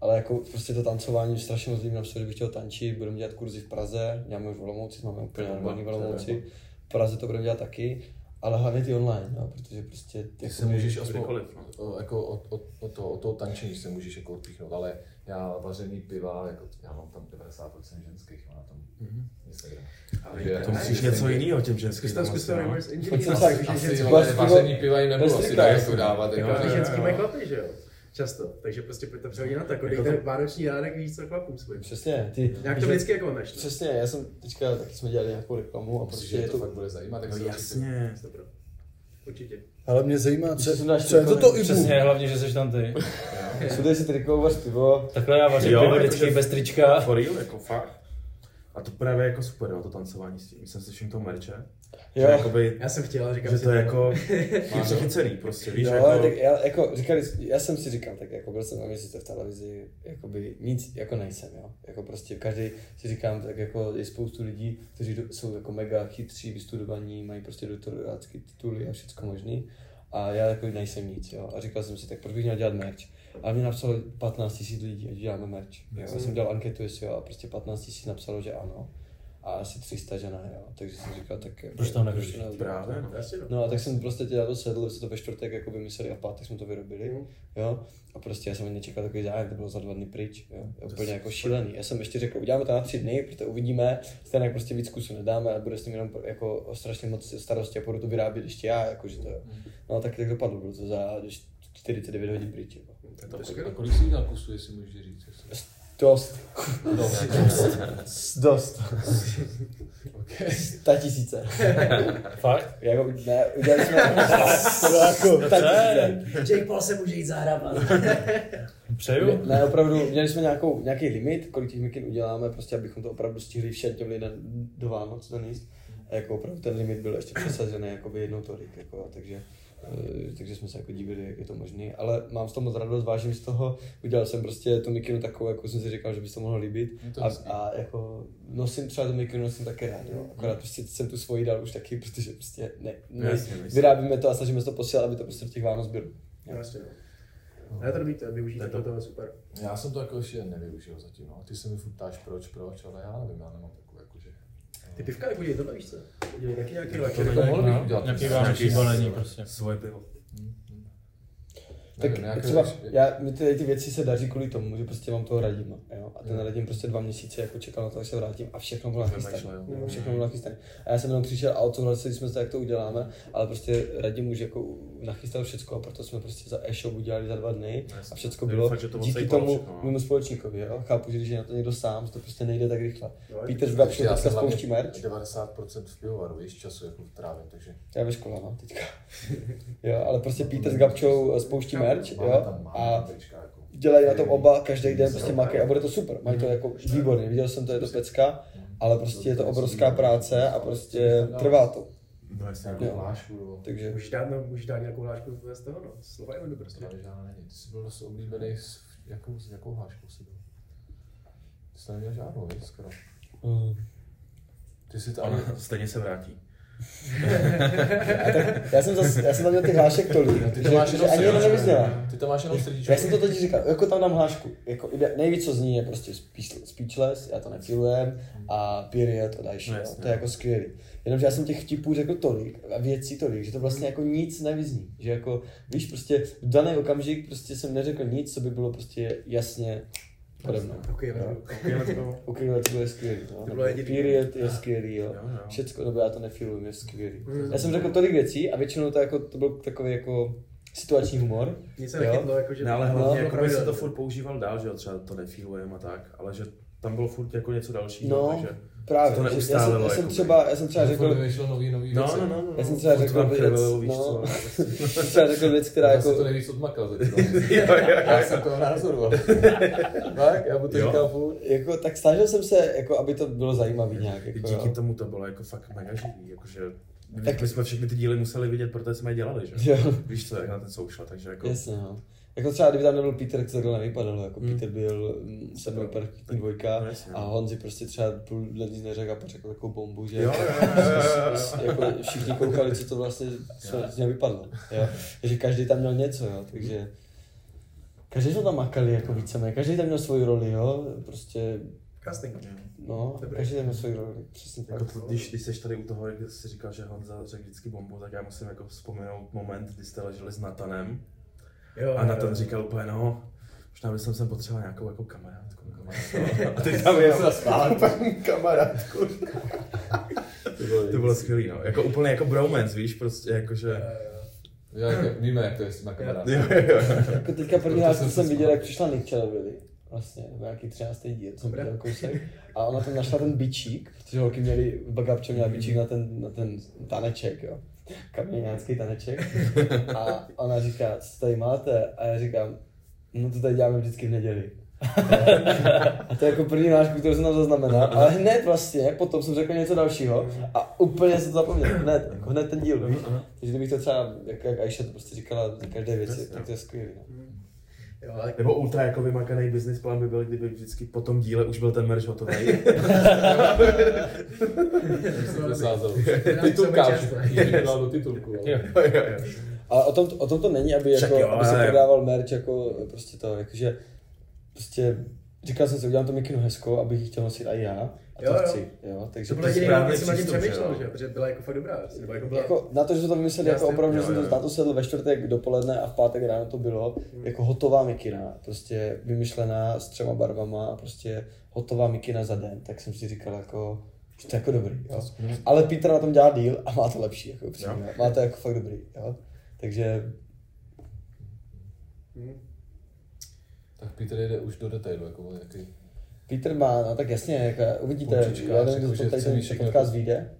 [SPEAKER 3] Ale jako prostě to tancování, strašně moc lidí mi napsalo, že bych chtěl tančit, budeme dělat kurzy v Praze, děláme už v Olomouci, máme úplně normální v Olomouci, v Praze to budeme dělat taky, ale hlavně ty online, no, protože prostě ty
[SPEAKER 1] Ty se můžeš aspoň
[SPEAKER 5] kdykoliv, no.
[SPEAKER 1] o- jako od, od, od, toho, od toho tančení se můžeš jako odpíchnout, ale já vaření piva, jako, já mám tam 90% ženských, má tam nic nejde. Takže já
[SPEAKER 5] to musíš něco jiného těm ženským.
[SPEAKER 2] Zkus tam
[SPEAKER 5] tam
[SPEAKER 2] zkus
[SPEAKER 5] asi,
[SPEAKER 2] to
[SPEAKER 5] no.
[SPEAKER 2] reverse engineering.
[SPEAKER 3] Asi-
[SPEAKER 2] Zkus
[SPEAKER 1] Asi
[SPEAKER 2] ženský-
[SPEAKER 1] vole,
[SPEAKER 3] Bez
[SPEAKER 1] vaření
[SPEAKER 3] pivo-
[SPEAKER 1] piva jim
[SPEAKER 3] bez
[SPEAKER 1] nebudu asi
[SPEAKER 3] piva,
[SPEAKER 1] tak
[SPEAKER 3] jasně.
[SPEAKER 1] jako dávat. Jako,
[SPEAKER 2] Ty
[SPEAKER 5] Jo, jo.
[SPEAKER 2] ženský mají klapy, že jo? Často. Takže prostě pojďte přehodit na to, jako dejte vánoční dárek, víš co, chlapům svým.
[SPEAKER 3] Přesně, ty...
[SPEAKER 2] Nějak to
[SPEAKER 3] že-
[SPEAKER 2] vždycky jako vemeš, no.
[SPEAKER 3] Přesně, já jsem teďka, taky jsme dělali nějakou reklamu a
[SPEAKER 1] Myslím,
[SPEAKER 3] prostě
[SPEAKER 1] že
[SPEAKER 3] je
[SPEAKER 1] to
[SPEAKER 3] to...
[SPEAKER 1] fakt bude zajímat, tak
[SPEAKER 5] No
[SPEAKER 1] se určitě-
[SPEAKER 5] jasně.
[SPEAKER 2] Dobro. Určitě.
[SPEAKER 6] Ale mě zajímá,
[SPEAKER 3] Když si
[SPEAKER 6] co,
[SPEAKER 3] dáš
[SPEAKER 6] co je to
[SPEAKER 3] triko,
[SPEAKER 6] to
[SPEAKER 3] ne?
[SPEAKER 6] Ibu?
[SPEAKER 4] Přesně, hlavně, že jsi tam ty.
[SPEAKER 3] Sudej si triko, uvař pivo,
[SPEAKER 4] Takhle já vařím
[SPEAKER 5] Jo, jako
[SPEAKER 4] pivo
[SPEAKER 5] protože-
[SPEAKER 4] vždycky bez trička.
[SPEAKER 5] For real, jako fakt. A to právě jako super, jo, to tancování s tím. Jsem si všiml toho merče. Že
[SPEAKER 3] Jo.
[SPEAKER 5] jakoby,
[SPEAKER 2] Já jsem chtěl, říkám
[SPEAKER 5] že
[SPEAKER 2] si
[SPEAKER 5] to je jako, je přechycený prostě, víš,
[SPEAKER 3] no,
[SPEAKER 5] jako,
[SPEAKER 3] tak já, jako, říkali, já jsem si říkal, tak jako byl jsem na měsíce v televizi, jakoby nic, jako nejsem, jo. Jako prostě každý si říkám, tak jako je spoustu lidí, kteří do, jsou jako mega chytří, vystudovaní, mají prostě doktorátský tituly a všecko možný. A já jako nejsem nic, jo. A říkal jsem si, tak proč bych měl dělat merch? A mě napsalo 15 000 lidí, ať děláme merch. Jo. Já jsem dělal anketu, jestli jo, a prostě 15 000 napsalo, že ano. A asi 300, že ne, jo. Takže jsem říkal, tak... jako,
[SPEAKER 4] Proč to nevyužít?
[SPEAKER 3] neudělat?
[SPEAKER 5] právě, no.
[SPEAKER 2] Asi no.
[SPEAKER 3] No a tak jsem prostě dělal to sedl, jsme to ve čtvrtek jako vymysleli a v pátek jsme to vyrobili,
[SPEAKER 2] Mm.
[SPEAKER 3] jo. A prostě já jsem ani nečekal takový zájem, to bylo za dva dny pryč, jo. Úplně jako šílený. Já jsem ještě řekl, uděláme to na tři dny, protože uvidíme, stejně prostě víc kusů nedáme a bude s tím jenom jako strašně moc starosti a budu to vyrábět ještě já, jakože to jo. No a tak, tak dopadlo, bylo to za 49 hodin pryč, jako.
[SPEAKER 1] A kolik si udělal kusu, jestli můžeš říct?
[SPEAKER 3] Dost,
[SPEAKER 1] Dobře.
[SPEAKER 3] dost. Sta tisíce.
[SPEAKER 4] Fakt?
[SPEAKER 3] Jako, ne, udělali jsme to bylo jako sta tisíce.
[SPEAKER 2] Jake Paul se může jít zahrabat.
[SPEAKER 4] Přeju.
[SPEAKER 3] Ne, opravdu, měli jsme nějakou, nějaký limit, kolik těch mikin uděláme, prostě abychom to opravdu stihli všem těm lidem do Vánoc donést. A jako opravdu ten limit byl ještě přesazený jakoby jednou tolik, jako, a takže, eh, takže jsme se jako divili, jak je to možné. Ale mám z toho moc radost, vážím z toho, udělal jsem prostě tu mikinu takovou, jako jsem si říkal, že by se to mohlo líbit.
[SPEAKER 1] Je to
[SPEAKER 3] A,
[SPEAKER 1] hezký.
[SPEAKER 3] a jako nosím třeba tu mikinu, nosím taky rád, jo. Akorát prostě jsem tu svoji dal už taky, protože prostě ne, ne
[SPEAKER 5] No, Jasně, jasně.
[SPEAKER 3] vyrábíme to a snažíme se to posílat, aby to prostě do těch Vánoc bylo.
[SPEAKER 2] Vlastně, no. Je to dobrý, to je využít,
[SPEAKER 5] To je
[SPEAKER 2] to,
[SPEAKER 5] to.
[SPEAKER 2] to je super.
[SPEAKER 8] Já jsem to jako ještě nevyužil zatím, no. Ty se mi furt ptáš proč, proč, ale já nevím, já nemám takovou
[SPEAKER 1] jako
[SPEAKER 8] jakože.
[SPEAKER 2] Ty pivka neudělej tohle, víš co? Udělej taky nějaký lehký.
[SPEAKER 8] To
[SPEAKER 1] jako
[SPEAKER 8] mohl
[SPEAKER 2] no.
[SPEAKER 8] bych udělat.
[SPEAKER 4] Nějaký
[SPEAKER 8] něco.
[SPEAKER 4] vánoční balení prostě.
[SPEAKER 5] Svoje pivo.
[SPEAKER 3] Tak
[SPEAKER 8] Nevím, nějaké-
[SPEAKER 3] třeba,
[SPEAKER 8] jak-
[SPEAKER 3] já, mi ty, ty věci se daří kvůli tomu, že prostě mám toho radima, jo? A ten radím prostě dva měsíce jako čekal na to, až se vrátím a všechno bylo nachystané.
[SPEAKER 8] Vymýšlel, jo.
[SPEAKER 3] Jo, Všechno bylo nachystané. A já jsem jenom přišel a odsouvali se, jsme se, jak to uděláme, ale prostě radim už jako nachystal všechno a proto jsme prostě za e-shop udělali za dva dny a všechno
[SPEAKER 5] Takže
[SPEAKER 3] bylo
[SPEAKER 5] fakt, že to
[SPEAKER 3] díky
[SPEAKER 5] odsejpalo
[SPEAKER 3] tomu
[SPEAKER 5] všechno, no.
[SPEAKER 3] mému společníkovi, jo? Chápu, že když je na to někdo sám, to prostě nejde tak rychle.
[SPEAKER 2] No,
[SPEAKER 3] Peter Zbab
[SPEAKER 1] prostě
[SPEAKER 3] šel
[SPEAKER 8] Já
[SPEAKER 3] teďka
[SPEAKER 8] jsem hlavně
[SPEAKER 3] spouští merch,
[SPEAKER 8] 90% v pivovaru, víš, času jako trávím, takže
[SPEAKER 3] já ve škole mám teďka. jo, ale prostě Peter s Gabčou eh, spouští merch,
[SPEAKER 8] máme
[SPEAKER 3] jo,
[SPEAKER 8] tam máme
[SPEAKER 3] a
[SPEAKER 8] trička, jako.
[SPEAKER 3] dělají na tom oba, každý den prostě makej a bude to super. Mají to jako výborný, viděl jsem to, je to
[SPEAKER 8] Prostě-
[SPEAKER 3] pecka, ale prostě je to obrovská práce a prostě trvá to.
[SPEAKER 5] No jasně.
[SPEAKER 8] Nějakou
[SPEAKER 3] Jo.
[SPEAKER 8] jako hlášku, nebo...
[SPEAKER 3] Takže
[SPEAKER 2] Můžeš dát, no, můžeš dát nějakou hlášku z toho, no. Slova Eventu prostě.
[SPEAKER 8] Právě žádná není. Ty jsi byl dost oblíbený, s jakou, s jakou hláškou jsi byl? Ty jsi neměl žádnou, víš, skoro. Ty
[SPEAKER 3] No.
[SPEAKER 8] jsi tam...
[SPEAKER 5] Ale stejně se vrátí.
[SPEAKER 3] já jsem, zas, já jsem tam měl těch hlášek tolik,
[SPEAKER 8] No, Ty
[SPEAKER 3] že,
[SPEAKER 8] to máš
[SPEAKER 3] že
[SPEAKER 8] jenom
[SPEAKER 3] ani jedna nevyzněla.
[SPEAKER 8] srdíčko. Ty to máš jenom srdíčko.
[SPEAKER 3] Já jsem to totiž říkal, jako tam dám hlášku, jako ide, nejvíc co zní je prostě speech- speechless, já to nefilujem a period a další,
[SPEAKER 5] No
[SPEAKER 3] no,
[SPEAKER 5] jasně.
[SPEAKER 3] to je jako skvělý. Jenomže já jsem těch vtipů řekl tolik a věcí tolik, že to vlastně jako nic nevyzní, že jako víš prostě v daný okamžik prostě jsem neřekl nic, co by bylo prostě jasně pode mnou.
[SPEAKER 2] Ok, Eventu.
[SPEAKER 3] Ok, to je skvělý, no.
[SPEAKER 2] To bylo
[SPEAKER 3] Nebo
[SPEAKER 2] jediný. No.
[SPEAKER 3] period je skvělý, jo.
[SPEAKER 5] Jo, jo.
[SPEAKER 3] Všecko, nebo já to nefilujem, je skvělý.
[SPEAKER 2] Mm.
[SPEAKER 3] Já jsem řekl tolik věcí a většinou to, jako, to byl takový jako situační humor.
[SPEAKER 2] Nic se
[SPEAKER 3] Jo.
[SPEAKER 2] nechytlo, jakože...
[SPEAKER 5] Ne, ale hlavně,
[SPEAKER 3] No,
[SPEAKER 5] jako by se to
[SPEAKER 2] pravidelně.
[SPEAKER 5] furt používal dál, že jo, třeba to nefílujem a tak, ale že tam bylo furt jako něco dalšího,
[SPEAKER 3] No,
[SPEAKER 5] takže...
[SPEAKER 3] právě.
[SPEAKER 5] to
[SPEAKER 3] že- já, jsem,
[SPEAKER 5] neustálilo,
[SPEAKER 3] já, jsem
[SPEAKER 5] jakoby.
[SPEAKER 3] třeba, já jsem třeba řekl,
[SPEAKER 8] Vyšlo nový, nový
[SPEAKER 5] No,
[SPEAKER 8] věci.
[SPEAKER 5] no, no, no.
[SPEAKER 3] Já jsem třeba
[SPEAKER 5] Furt
[SPEAKER 3] řekl
[SPEAKER 5] vám
[SPEAKER 3] věc,
[SPEAKER 5] krvelo, víš
[SPEAKER 3] no.
[SPEAKER 5] co,
[SPEAKER 3] jsem třeba řekl věc, která
[SPEAKER 8] Já jsem to
[SPEAKER 3] jako...
[SPEAKER 8] nejvíc odmakal zatím. Já jsem toho názoru. ale- Tak, já mu to
[SPEAKER 5] Jo.
[SPEAKER 8] říkal furt.
[SPEAKER 3] Jako, tak snažil jsem se, jako, aby to bylo zajímavý nějak.
[SPEAKER 5] I
[SPEAKER 3] Jako,
[SPEAKER 5] díky
[SPEAKER 3] jo.
[SPEAKER 5] tomu to bylo jako fakt mega živý, jakože
[SPEAKER 3] Tak-
[SPEAKER 5] tak my jsme všechny ty díly museli vidět, protože jsme je dělali, že?
[SPEAKER 3] Jo.
[SPEAKER 5] Víš co, jak na ten soušla, takže jako...
[SPEAKER 3] Jasně, no. Jako třeba, kdyby tam nebyl Peter, tak to takhle nevypadalo. Jako Peter byl mm, se mnou perfektní dvojka
[SPEAKER 5] Hmm. No, jasně.
[SPEAKER 3] a Honzi prostě třeba půl dne nic neřekl a pak řekl takovou bombu, že
[SPEAKER 5] Jo, jo, jo, jo, jo.
[SPEAKER 3] jako všichni koukali, co to vlastně co z něj vypadlo. Jo? Že každý tam měl něco, jo? takže každý to tam makali, jako víceméně, každý tam měl svoji roli, jo? prostě,
[SPEAKER 2] Casting.
[SPEAKER 3] no,
[SPEAKER 2] Dobrý.
[SPEAKER 3] každý tam měl svoji roli, přesně tak.
[SPEAKER 5] Jako to, když, když jsi tady u toho, jak jsi říkal, že Honza řekl vždycky bombu, tak já musím jako vzpomenout moment, kdy jste leželi s Natanem
[SPEAKER 2] Jo,
[SPEAKER 5] a
[SPEAKER 2] jo,
[SPEAKER 5] Natan
[SPEAKER 2] jo.
[SPEAKER 5] říkal úplně, no, možná bych jsem potřeboval nějakou jako kamarádku. kamarádku.
[SPEAKER 8] A teď tam je se
[SPEAKER 6] Kamarádku.
[SPEAKER 5] to bylo skvělý, no. Jako úplně jako bromance, víš, prostě jakože...
[SPEAKER 8] jako- Víme, jak to je s těma kamarády.
[SPEAKER 5] Jo, jo.
[SPEAKER 3] Jako teďka
[SPEAKER 8] Proto
[SPEAKER 3] první hlášku
[SPEAKER 8] jsem
[SPEAKER 3] jsem
[SPEAKER 8] se
[SPEAKER 3] viděl,
[SPEAKER 8] smál.
[SPEAKER 3] jak přišla Nikčelevili. Vlastně, nebo nějaký 13. díl, jsem viděl kousek. A ona tam našla ten bičík, protože holky měli, Bagabčo měla bičík na ten, na ten taneček, jo. Kamieňácký taneček. A ona říká, co tady máte? A já říkám, no to tady děláme vždycky v neděli. A to je jako první nášku, kterou jsem tam zaznamenal, ale hned vlastně, potom jsem řekl něco dalšího a úplně jsem to zapomněl, hned, jako hned ten díl, víš? Takže kdybych to třeba, jak, jak Aisha to prostě říkala za každé věci, tak to je skvělé. No.
[SPEAKER 2] Jo, ale
[SPEAKER 5] Nebo ultra jako vymakaný business plán by byl, kdyby vždycky po tom díle už byl ten merch hotový.
[SPEAKER 8] Jsem to sázel.
[SPEAKER 2] Nám
[SPEAKER 8] Titulka,
[SPEAKER 2] chceme často.
[SPEAKER 8] že dal do titulku. ale-
[SPEAKER 3] Ale o tom, o tom to není, aby,
[SPEAKER 5] Však
[SPEAKER 3] jako,
[SPEAKER 5] jo,
[SPEAKER 3] aby se
[SPEAKER 5] ale-
[SPEAKER 3] prodával merch, jako prostě to, jakože prostě říkal jsem si, udělám to mikinu hezkou, abych ji chtěl nosit i já, a to
[SPEAKER 2] Jo, jo.
[SPEAKER 3] chci, jo, takže
[SPEAKER 2] to
[SPEAKER 3] to
[SPEAKER 2] byla jediná,
[SPEAKER 5] správný
[SPEAKER 2] věc, jsem nad tím
[SPEAKER 5] přístup, že jo.
[SPEAKER 2] přemýšlel, že jo, protože byla jako fakt dobrá, vlastně, nebo jako byla...
[SPEAKER 3] jako, na to, že jsme to vymysleli,
[SPEAKER 2] Já
[SPEAKER 3] jako
[SPEAKER 2] jsem-
[SPEAKER 3] opravdu,
[SPEAKER 5] jo,
[SPEAKER 3] že jsem to
[SPEAKER 5] jo.
[SPEAKER 3] na to sedl ve čtvrtek dopoledne a v pátek ráno to bylo, jako hotová mikina, prostě vymyšlená s třema barvama a prostě hotová mikina za den, tak jsem si říkal jako, že to je jako dobrý, jo. Ale Peter na tom dělá díl a má to lepší, jako upřímně, má to jako fakt dobrý, jo. Takže
[SPEAKER 8] Tak Peter jde už do detailu, jako jaký.
[SPEAKER 3] Peter má, no tak jasně, jako uvidíte,
[SPEAKER 8] Určička,
[SPEAKER 3] já nevím,
[SPEAKER 8] jako,
[SPEAKER 3] kdy
[SPEAKER 8] že
[SPEAKER 3] to tady
[SPEAKER 8] chce mít
[SPEAKER 3] ten
[SPEAKER 8] všechno
[SPEAKER 3] podcast
[SPEAKER 8] jako-
[SPEAKER 3] vyjde,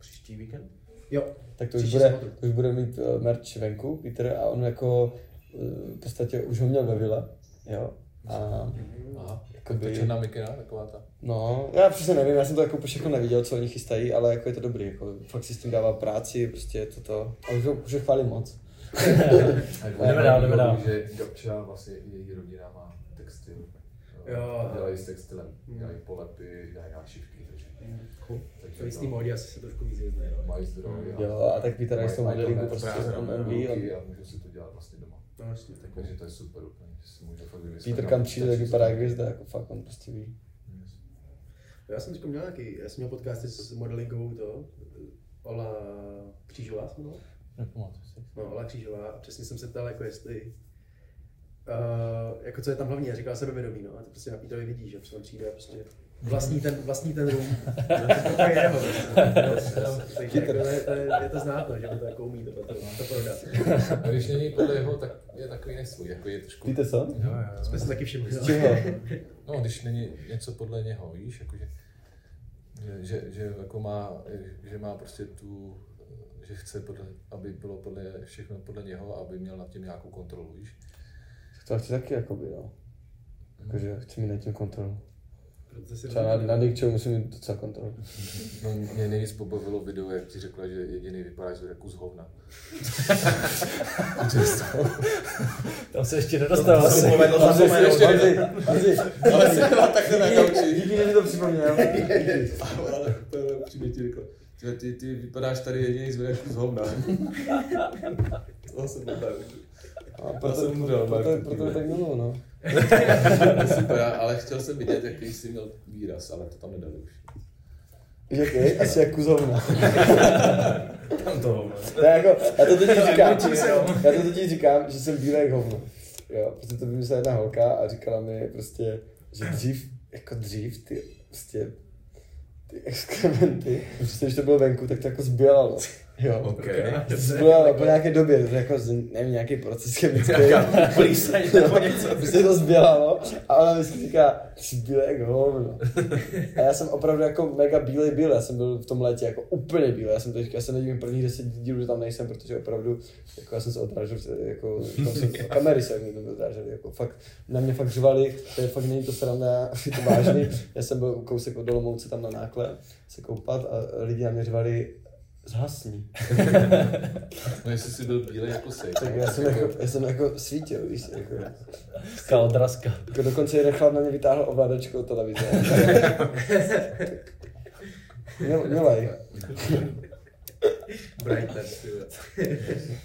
[SPEAKER 5] Příští víkend?
[SPEAKER 2] Jo,
[SPEAKER 3] tak to už
[SPEAKER 2] Příští
[SPEAKER 3] bude,
[SPEAKER 2] sobotu.
[SPEAKER 3] to už bude mít eh, merch venku, Peter, a on jako eh, v podstatě už ho měl ve vile, jo, A
[SPEAKER 1] Hmm.
[SPEAKER 9] Aha,
[SPEAKER 3] jakoby,
[SPEAKER 9] černá mikina, taková ta.
[SPEAKER 3] no, já přesně nevím, já jsem to jako všechno neviděl, co oni chystají, ale jako je to dobrý, jako fakt si s tím dává práci, prostě je to to. A už ho, už ho chválím moc.
[SPEAKER 10] Jdeme dál, jdeme dál.
[SPEAKER 1] Že Gabča, vlastně i její rodina má textil.
[SPEAKER 2] Jo.
[SPEAKER 1] A Dělají s textilem,
[SPEAKER 2] Hmm.
[SPEAKER 1] dělají polepy, dělají nášivky, takže.
[SPEAKER 2] To
[SPEAKER 1] takže
[SPEAKER 2] jistý módě asi se trošku víc jezdí,
[SPEAKER 1] no,
[SPEAKER 2] no.
[SPEAKER 1] mají zdroje. a-
[SPEAKER 3] Hmm. Jo, a tak Peter Rice to modelingu prostě
[SPEAKER 5] právě,
[SPEAKER 3] on
[SPEAKER 5] no,
[SPEAKER 3] MV. on-
[SPEAKER 1] ruky a můžu si to dělat vlastně doma.
[SPEAKER 2] No, jasně.
[SPEAKER 1] Takže to je super úplně, že si můžu fakt vymyslet.
[SPEAKER 3] Peter
[SPEAKER 1] na-
[SPEAKER 3] kam přijde, tak
[SPEAKER 1] textil.
[SPEAKER 3] vypadá jak hvězda, jako fakt on prostě ví.
[SPEAKER 2] Já jsem teď měl nějaký, já jsem měl podcasty s modelingovou to, Ola Křížová jsem měl.
[SPEAKER 10] Nepamatuji si.
[SPEAKER 2] No, Ola Křížová. A přesně jsem se ptal, jako jestli, uh, jako co je tam hlavní, já říkal sebevědomí, no, a to prostě na Pítovi vidí, že prostě on přijde a prostě vlastní ten, vlastní ten room. to je jeho, prostě. No, Takže jako, to je, to je, je to znát, no, že on to jako umí to, to, to prodat.
[SPEAKER 1] A když není podle jeho, tak je takový nesvůj, jako je trošku...
[SPEAKER 3] Víte co?
[SPEAKER 2] Jsme si taky všimli. no.
[SPEAKER 3] Čeho?
[SPEAKER 1] No, když není něco podle něho, víš, jakože, že, že, že jako má, že má prostě tu, že chce, podle, aby bylo podle, všechno podle něho, aby měl nad tím nějakou kontrolu, víš.
[SPEAKER 3] To chci taky, jakoby, jo. Jakože chci mít nad tím kontrolu.
[SPEAKER 2] Proto si
[SPEAKER 3] Třeba na, na Dick Chow musím mít docela kontrolu.
[SPEAKER 1] No, mě nejvíc pobavilo video, jak ti řekla, že jediný vypadá, že je kus hovna.
[SPEAKER 10] Tam se ještě nedostal asi.
[SPEAKER 5] Povedlo zapomenout.
[SPEAKER 3] Honzi, Honzi, ale si tak to nakoučí. Díky, že mi to připomněl.
[SPEAKER 1] Ale to je přímě ti řekla. Ty, ty, ty vypadáš tady jediný zvedá kus hovna. to jsem nedal.
[SPEAKER 3] A
[SPEAKER 1] To
[SPEAKER 3] proto,
[SPEAKER 1] jsem umřel,
[SPEAKER 3] proto,
[SPEAKER 1] Martin,
[SPEAKER 3] proto
[SPEAKER 1] ty.
[SPEAKER 3] tak mluvil, no.
[SPEAKER 1] Super, ale chtěl jsem vidět, jaký jsi měl výraz, ale to tam nedali už.
[SPEAKER 3] Víš, jak je? Asi jak kuzovna.
[SPEAKER 5] Tam to hovno.
[SPEAKER 3] Já, jako, já to totiž říkám, já to totiž říkám, že jsem bílý jak hovno. Jo, protože to vymyslela jedna holka a říkala mi prostě, že dřív, jako dřív, ty prostě ty exkrementy, prostě když to bylo venku, tak to jako zbělalo. Jo.
[SPEAKER 5] OK.
[SPEAKER 3] To zbělalo no, po nějaké době, to jako, z- nevím, nějaký proces chemický.
[SPEAKER 5] Plísaň nebo něco.
[SPEAKER 3] prostě to zbělalo a ona mi říká, jsi bílý jak hovno. A já jsem opravdu jako mega bílej byl, já jsem byl v tom létě jako úplně bílej, já jsem to říkal, já se nedivím první deset dílů, že tam nejsem, protože opravdu jako já jsem se odrážel, v- jako tam se, kamery se mě to odrážely, jako fakt, na mě fakt řvali, to je fakt není to sranda, je to vážný, já jsem byl kousek od Olomouce tam na nákle se koupat a lidi na mě řvali, zhasni.
[SPEAKER 1] No jestli jsi byl bílej jako sej.
[SPEAKER 3] Tak já jsem jako, já jsem jako svítil, víš, jako.
[SPEAKER 10] Kaldraska.
[SPEAKER 3] Jako dokonce jeden chlap na mě vytáhl ovladačku od televize. Mil, milej.
[SPEAKER 2] Brighton, ty vole.